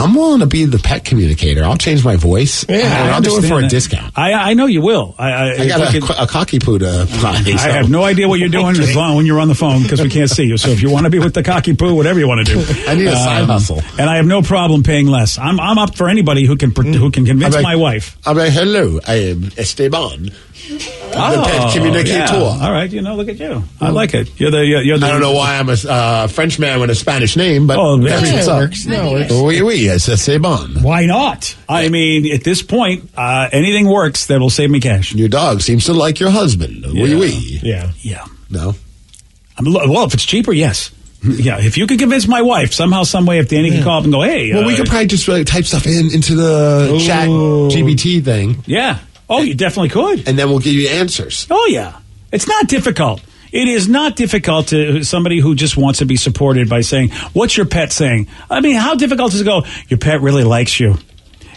Speaker 3: I'm willing to be the pet communicator. I'll change my voice. Yeah, and I'll do it for a
Speaker 1: understand that.
Speaker 3: discount.
Speaker 1: I, I know you will. I, I,
Speaker 3: I got a, uh, co- a cocky poo to buy,
Speaker 1: I
Speaker 3: so-
Speaker 1: have no idea what
Speaker 3: [LAUGHS]
Speaker 1: you're doing as long when you're on the phone because we can't see you. So if you want to be with the cocky poo, whatever you want to do, Um,
Speaker 3: I need a side hustle.
Speaker 1: And I have no problem paying less. I'm I'm up for anybody who can pr- who can convince
Speaker 3: I'm Mm. like-
Speaker 1: my wife.
Speaker 3: I'm like, hello, I am Esteban, the
Speaker 1: Oh,
Speaker 3: pet Mm. communicator.
Speaker 1: yeah. All right, you know, look at you. I like it. You're the you're, you're the.
Speaker 3: I don't know why I'm a uh, French man with a Spanish name, but
Speaker 1: Oh,
Speaker 3: that's
Speaker 1: yeah,
Speaker 3: what's
Speaker 1: it
Speaker 3: up.
Speaker 1: works. No, it's-
Speaker 3: oui, oui, it's Esteban.
Speaker 1: Why not? I mean, at this point, uh, anything works that will save me cash.
Speaker 3: Your dog seems to like your husband. Wee wee.
Speaker 1: Yeah. Yeah.
Speaker 3: No.
Speaker 1: I'm, lo- well, if it's cheaper, yes. [LAUGHS] yeah. If you could convince my wife somehow, some way, if Danny can call up and go, hey,
Speaker 3: Well,
Speaker 1: uh,
Speaker 3: we could probably just uh, type stuff in into the chat GBT thing,
Speaker 1: yeah. Oh, you definitely could.
Speaker 3: and then we'll give you answers.
Speaker 1: Oh yeah, it's not difficult. It is not difficult to somebody who just wants to be supported by saying, "What's your pet saying?" I mean, how difficult is it to go? Your pet really likes you.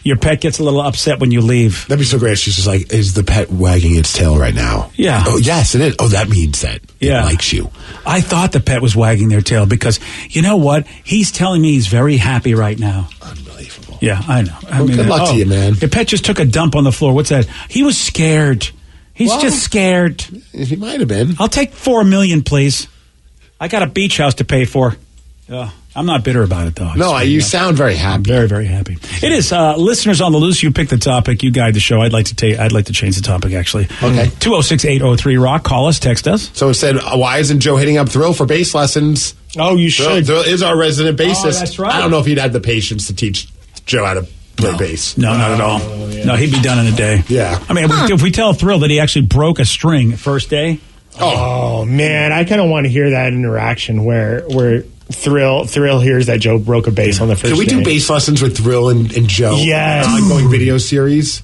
Speaker 1: Your pet gets a little upset when you leave.
Speaker 3: That'd be so great. She's just like, is the pet wagging its tail right now?
Speaker 1: Yeah.
Speaker 3: Oh, yes, it is. Oh, that means that
Speaker 1: Yeah.
Speaker 3: it likes you.
Speaker 1: I thought the pet was wagging their tail because you know what? He's telling me he's very happy right now. Unbelievable. Yeah, I know. I
Speaker 3: Well, good luck to you, man.
Speaker 1: Your pet just took a dump on the floor. What's that? He was scared. He's
Speaker 3: Well,
Speaker 1: just scared.
Speaker 3: He might have been.
Speaker 1: I'll take four million, please. I got a beach house to pay for. Uh, I'm not bitter about it, though.
Speaker 3: No, you sound very happy.
Speaker 1: Very, very happy. It is uh, listeners on the loose. You pick the topic. You guide the show. I'd like to take. I'd like to change the topic actually.
Speaker 3: Okay.
Speaker 1: Two zero six eight zero three rock. Call us. Text us.
Speaker 3: So it said, uh, why isn't Joe hitting up Thrill for bass lessons?
Speaker 7: Oh, you
Speaker 3: Thrill,
Speaker 7: should.
Speaker 3: Thrill is our resident bassist.
Speaker 1: Oh, that's right.
Speaker 3: I don't know if he'd had the patience to teach Joe how to play bass. Oh,
Speaker 1: No, not at all. No, he'd be done in a day.
Speaker 3: Yeah.
Speaker 1: I mean, if we, if we tell Thrill that he actually broke a string first day,
Speaker 7: Oh man, I kind of want to hear that interaction where where thrill thrill hears that Joe broke a bass on the first.
Speaker 3: Can we do
Speaker 7: day.
Speaker 3: bass lessons with Thrill and, and Joe?
Speaker 7: Yes.
Speaker 3: An ongoing video
Speaker 1: Oh.
Speaker 3: series.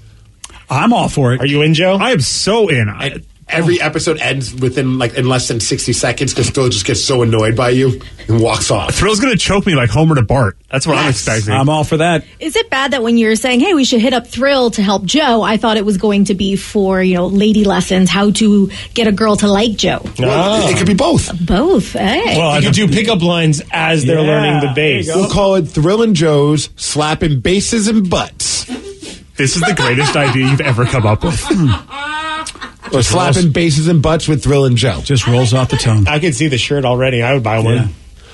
Speaker 1: I'm all for it.
Speaker 7: Are you in, Joe?
Speaker 13: I am so in. I,
Speaker 3: And every episode ends within like in less than sixty seconds because Thrill just gets so annoyed by you and walks off.
Speaker 13: Thrill's gonna choke me like Homer to Bart. That's what I'm expecting.
Speaker 1: I'm all for that.
Speaker 5: Is it bad that when you're saying, hey, we should hit up Thrill to help Joe, I thought it was going to be for, you know, lady lessons, how to get a girl to like Joe?
Speaker 3: Well, It could be both.
Speaker 5: Both, eh?
Speaker 1: Ah. Well,
Speaker 7: You
Speaker 1: I,
Speaker 7: could do pickup lines as they're
Speaker 1: Yeah,
Speaker 7: learning the
Speaker 1: there you
Speaker 7: bass.
Speaker 1: go.
Speaker 3: We'll call it Thrill and Joe's slapping bases and butts,
Speaker 13: This is the greatest idea you've ever come up with.
Speaker 3: or slapping bases and butts with Thrill and Joe.
Speaker 1: just rolls off the tongue.
Speaker 7: I could see the shirt already. I would buy one.
Speaker 1: Yeah.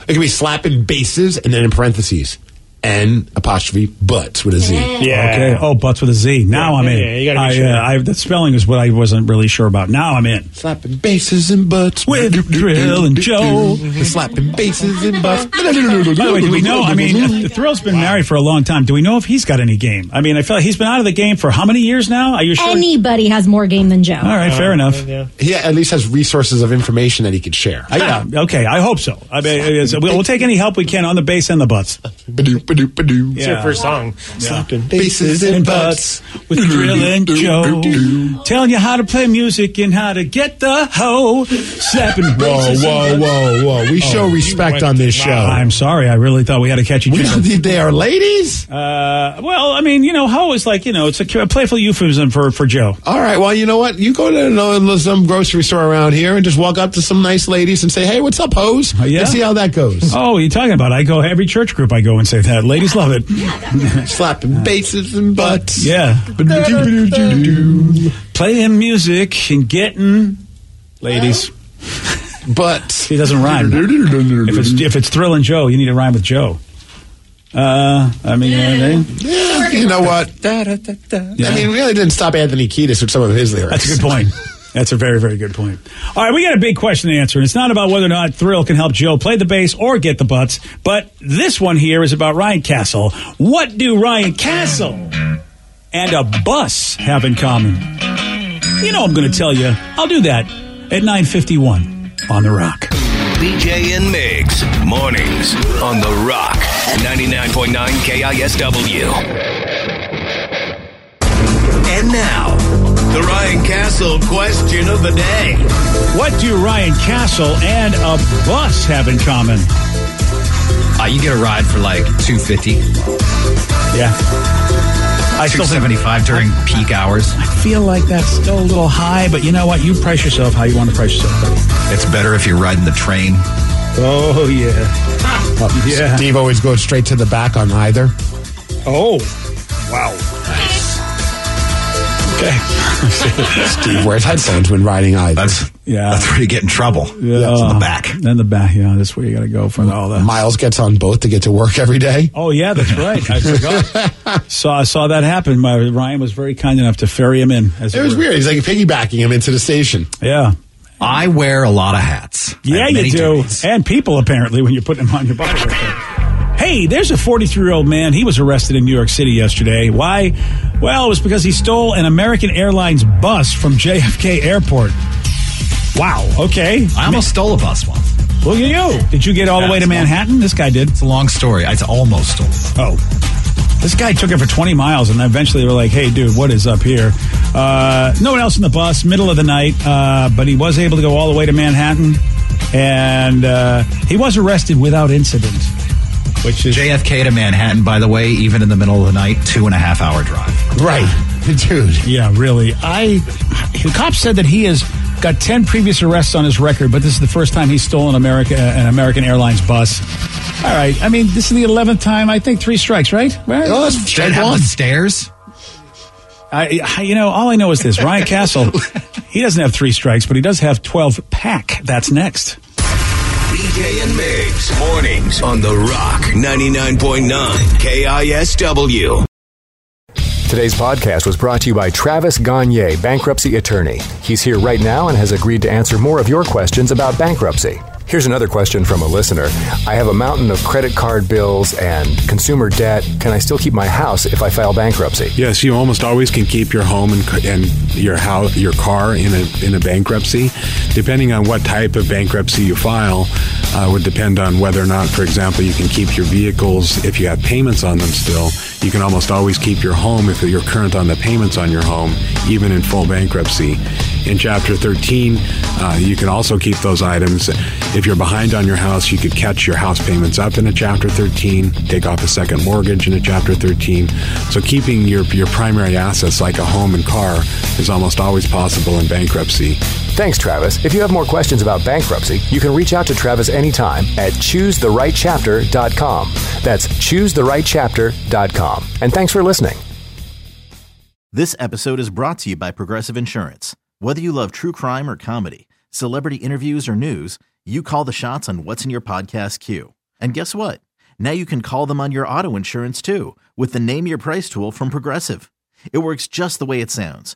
Speaker 3: It could be slapping bases and then in parentheses and apostrophe butts with a Z.
Speaker 7: Yeah.
Speaker 1: Okay. Oh, butts with a Z. Now
Speaker 7: Yeah,
Speaker 1: I'm in.
Speaker 7: yeah, you gotta be
Speaker 1: I, uh,
Speaker 7: sure.
Speaker 1: I, the spelling is what I wasn't really sure about. Now I'm in.
Speaker 3: Slapping bases and butts
Speaker 1: With Thrill and Joe.
Speaker 3: Slapping bases and butts.
Speaker 1: [LAUGHS] By the way, do we know? I mean, uh, Thrill's been married for a long time. Do we know if he's got any game? I mean, I feel like he's been out of the game for how many years now? Are you sure?
Speaker 5: Anybody has more game than Joe.
Speaker 1: All right, fair enough.
Speaker 7: Uh, Yeah.
Speaker 3: he at least has resources of information that he could share.
Speaker 1: I, Uh, yeah, okay. I hope so. I mean, it is- we'll, we'll take any help we can on the base and the butts.
Speaker 3: Ba-doo, ba-doo, ba-doo.
Speaker 7: It's your first song. Slapping
Speaker 3: Bases and butts.
Speaker 1: with Drill and Joe, telling you how to play music and how to get the hoe. Slapping
Speaker 3: Whoa,
Speaker 1: bases and
Speaker 3: whoa,
Speaker 1: butts.
Speaker 3: whoa, whoa.
Speaker 1: Oh,
Speaker 3: We show respect on this show.
Speaker 1: I'm sorry. I really thought we had to catch each
Speaker 3: we [LAUGHS]
Speaker 1: other. [LAUGHS]
Speaker 3: they are ladies?
Speaker 1: Uh, well, I mean, you know, hoe is like you know, it's a, a playful euphemism for for Joe.
Speaker 3: All right. Well, you know what? You go to another- some grocery store around here and just walk up to some nice ladies and say, hey, what's up, hoes?
Speaker 1: Oh, yeah?
Speaker 3: And see how that goes.
Speaker 1: Oh, what are you talking about? I go every church group I go and say that. Ladies love it.
Speaker 3: Slapping bases and butts.
Speaker 1: Yeah. Playing music and getting ladies.
Speaker 3: Butts.
Speaker 1: He doesn't rhyme. If it's if it's Thrill and Joe, you need to rhyme with Joe. Uh, I mean, you know what I mean?
Speaker 3: Yeah, you know what? I mean, really didn't stop Anthony Kiedis with some of his lyrics.
Speaker 1: That's a
Speaker 3: [LAUGHS]
Speaker 1: good point. That's a very, very good point. All right, we got a big question to answer, and it's not about whether or not Thrill can help Joe play the bass or get the butts, but this one here is about Ryan Castle. What do Ryan Castle and a bus have in common? You know, I'm going to tell you. I'll do that at 9:51 on the Rock.
Speaker 10: BJ and Migs, mornings on The Rock, 99.9 KISW. And now, the Ryan Castle question of the day.
Speaker 1: What do Ryan Castle and a bus have in common?
Speaker 14: Uh, you get a ride for like 250
Speaker 1: Yeah, I still think
Speaker 14: 275 during peak hours.
Speaker 1: I feel like that's still a little high, but you know what? You price yourself how you want to price yourself. buddy.
Speaker 14: It's better if you're riding the train.
Speaker 1: Oh yeah, yeah.
Speaker 3: Steve always goes straight to the back on either.
Speaker 7: Oh, wow.
Speaker 3: Okay. Steve wears headphones when riding either. That's,
Speaker 1: yeah. that's
Speaker 3: where you get in trouble.
Speaker 1: Yeah. Then the back. Yeah, that's where you got to go for all that.
Speaker 3: Miles gets on both to get to work every day.
Speaker 1: Oh yeah, that's right. I forgot. so I saw that happen. My Ryan was very kind enough to ferry him in. As
Speaker 3: It was
Speaker 1: were.
Speaker 3: weird. He's like piggybacking him into the station.
Speaker 1: Yeah.
Speaker 14: I wear a lot of hats.
Speaker 1: Yeah, you
Speaker 14: many
Speaker 1: do. And people, apparently, when you're putting them on your body. Hey, there's a 43 year old man. He was arrested in New York City yesterday. Why? Well, it was because he stole an American Airlines bus from JFK Airport. Wow. Okay.
Speaker 14: I almost stole a bus once.
Speaker 1: Look at you. Did you get all
Speaker 14: Yeah,
Speaker 1: the way to
Speaker 14: it's long.
Speaker 1: Manhattan? This guy did. It's
Speaker 14: a long story. It's almost
Speaker 1: Oh. This guy took it for 20 miles, and eventually they were like, hey, dude, what is up here? Uh, no one else in the bus, middle of the night, uh, but he was able to go all the way to Manhattan, and uh, he was arrested without incident. Which is
Speaker 14: JFK to Manhattan, by the way, even in the middle of the night, two and a half hour drive.
Speaker 3: Right. Dude.
Speaker 1: Yeah, really. I the cop said that he has got 10 previous arrests on his record, but this is the first time he's stolen America uh, an American Airlines bus. All right. I mean, this is the 11th time. I think three strikes, right? right?
Speaker 3: Oh, that's
Speaker 14: Did it have the stairs?
Speaker 1: I, I, you know, all I know is
Speaker 14: [LAUGHS]
Speaker 1: this: Ryan Castle, he doesn't have three strikes, but he does have twelve pack. That's next.
Speaker 10: BJ and Migs. Mornings on The Rock 99.9 KISW.
Speaker 15: Today's podcast was brought to you by Travis Gagne, bankruptcy attorney. He's here right now and has agreed to answer more of your questions about bankruptcy. Here's another question from a listener. I have a mountain of credit card bills and consumer debt. Can I still keep my house if I file bankruptcy?
Speaker 2: Yes, you almost always can keep your home and, and your house, your car in a in a bankruptcy. Depending on what type of bankruptcy you file, uh, would depend on whether or not, for example, you can keep your vehicles if you have payments on them still. You can almost always keep your home if you're current on the payments on your home, even in full bankruptcy. In Chapter 13, uh, you can also keep those items. If you're behind on your house, you could catch your house payments up in a Chapter 13, take off a second mortgage in a Chapter 13. So keeping your, your primary assets like a home and car is almost always possible in bankruptcy.
Speaker 15: Thanks, Travis. If you have more questions about bankruptcy, you can reach out to Travis anytime at choosetherightchapter.com. That's choosetherightchapter.com. And thanks for listening.
Speaker 11: This episode is brought to you by Progressive Insurance. Whether you love true crime or comedy, celebrity interviews or news, you call the shots on what's in your podcast queue. And guess what? Now you can call them on your auto insurance too with the Name Your Price tool from Progressive. It works just the way it sounds.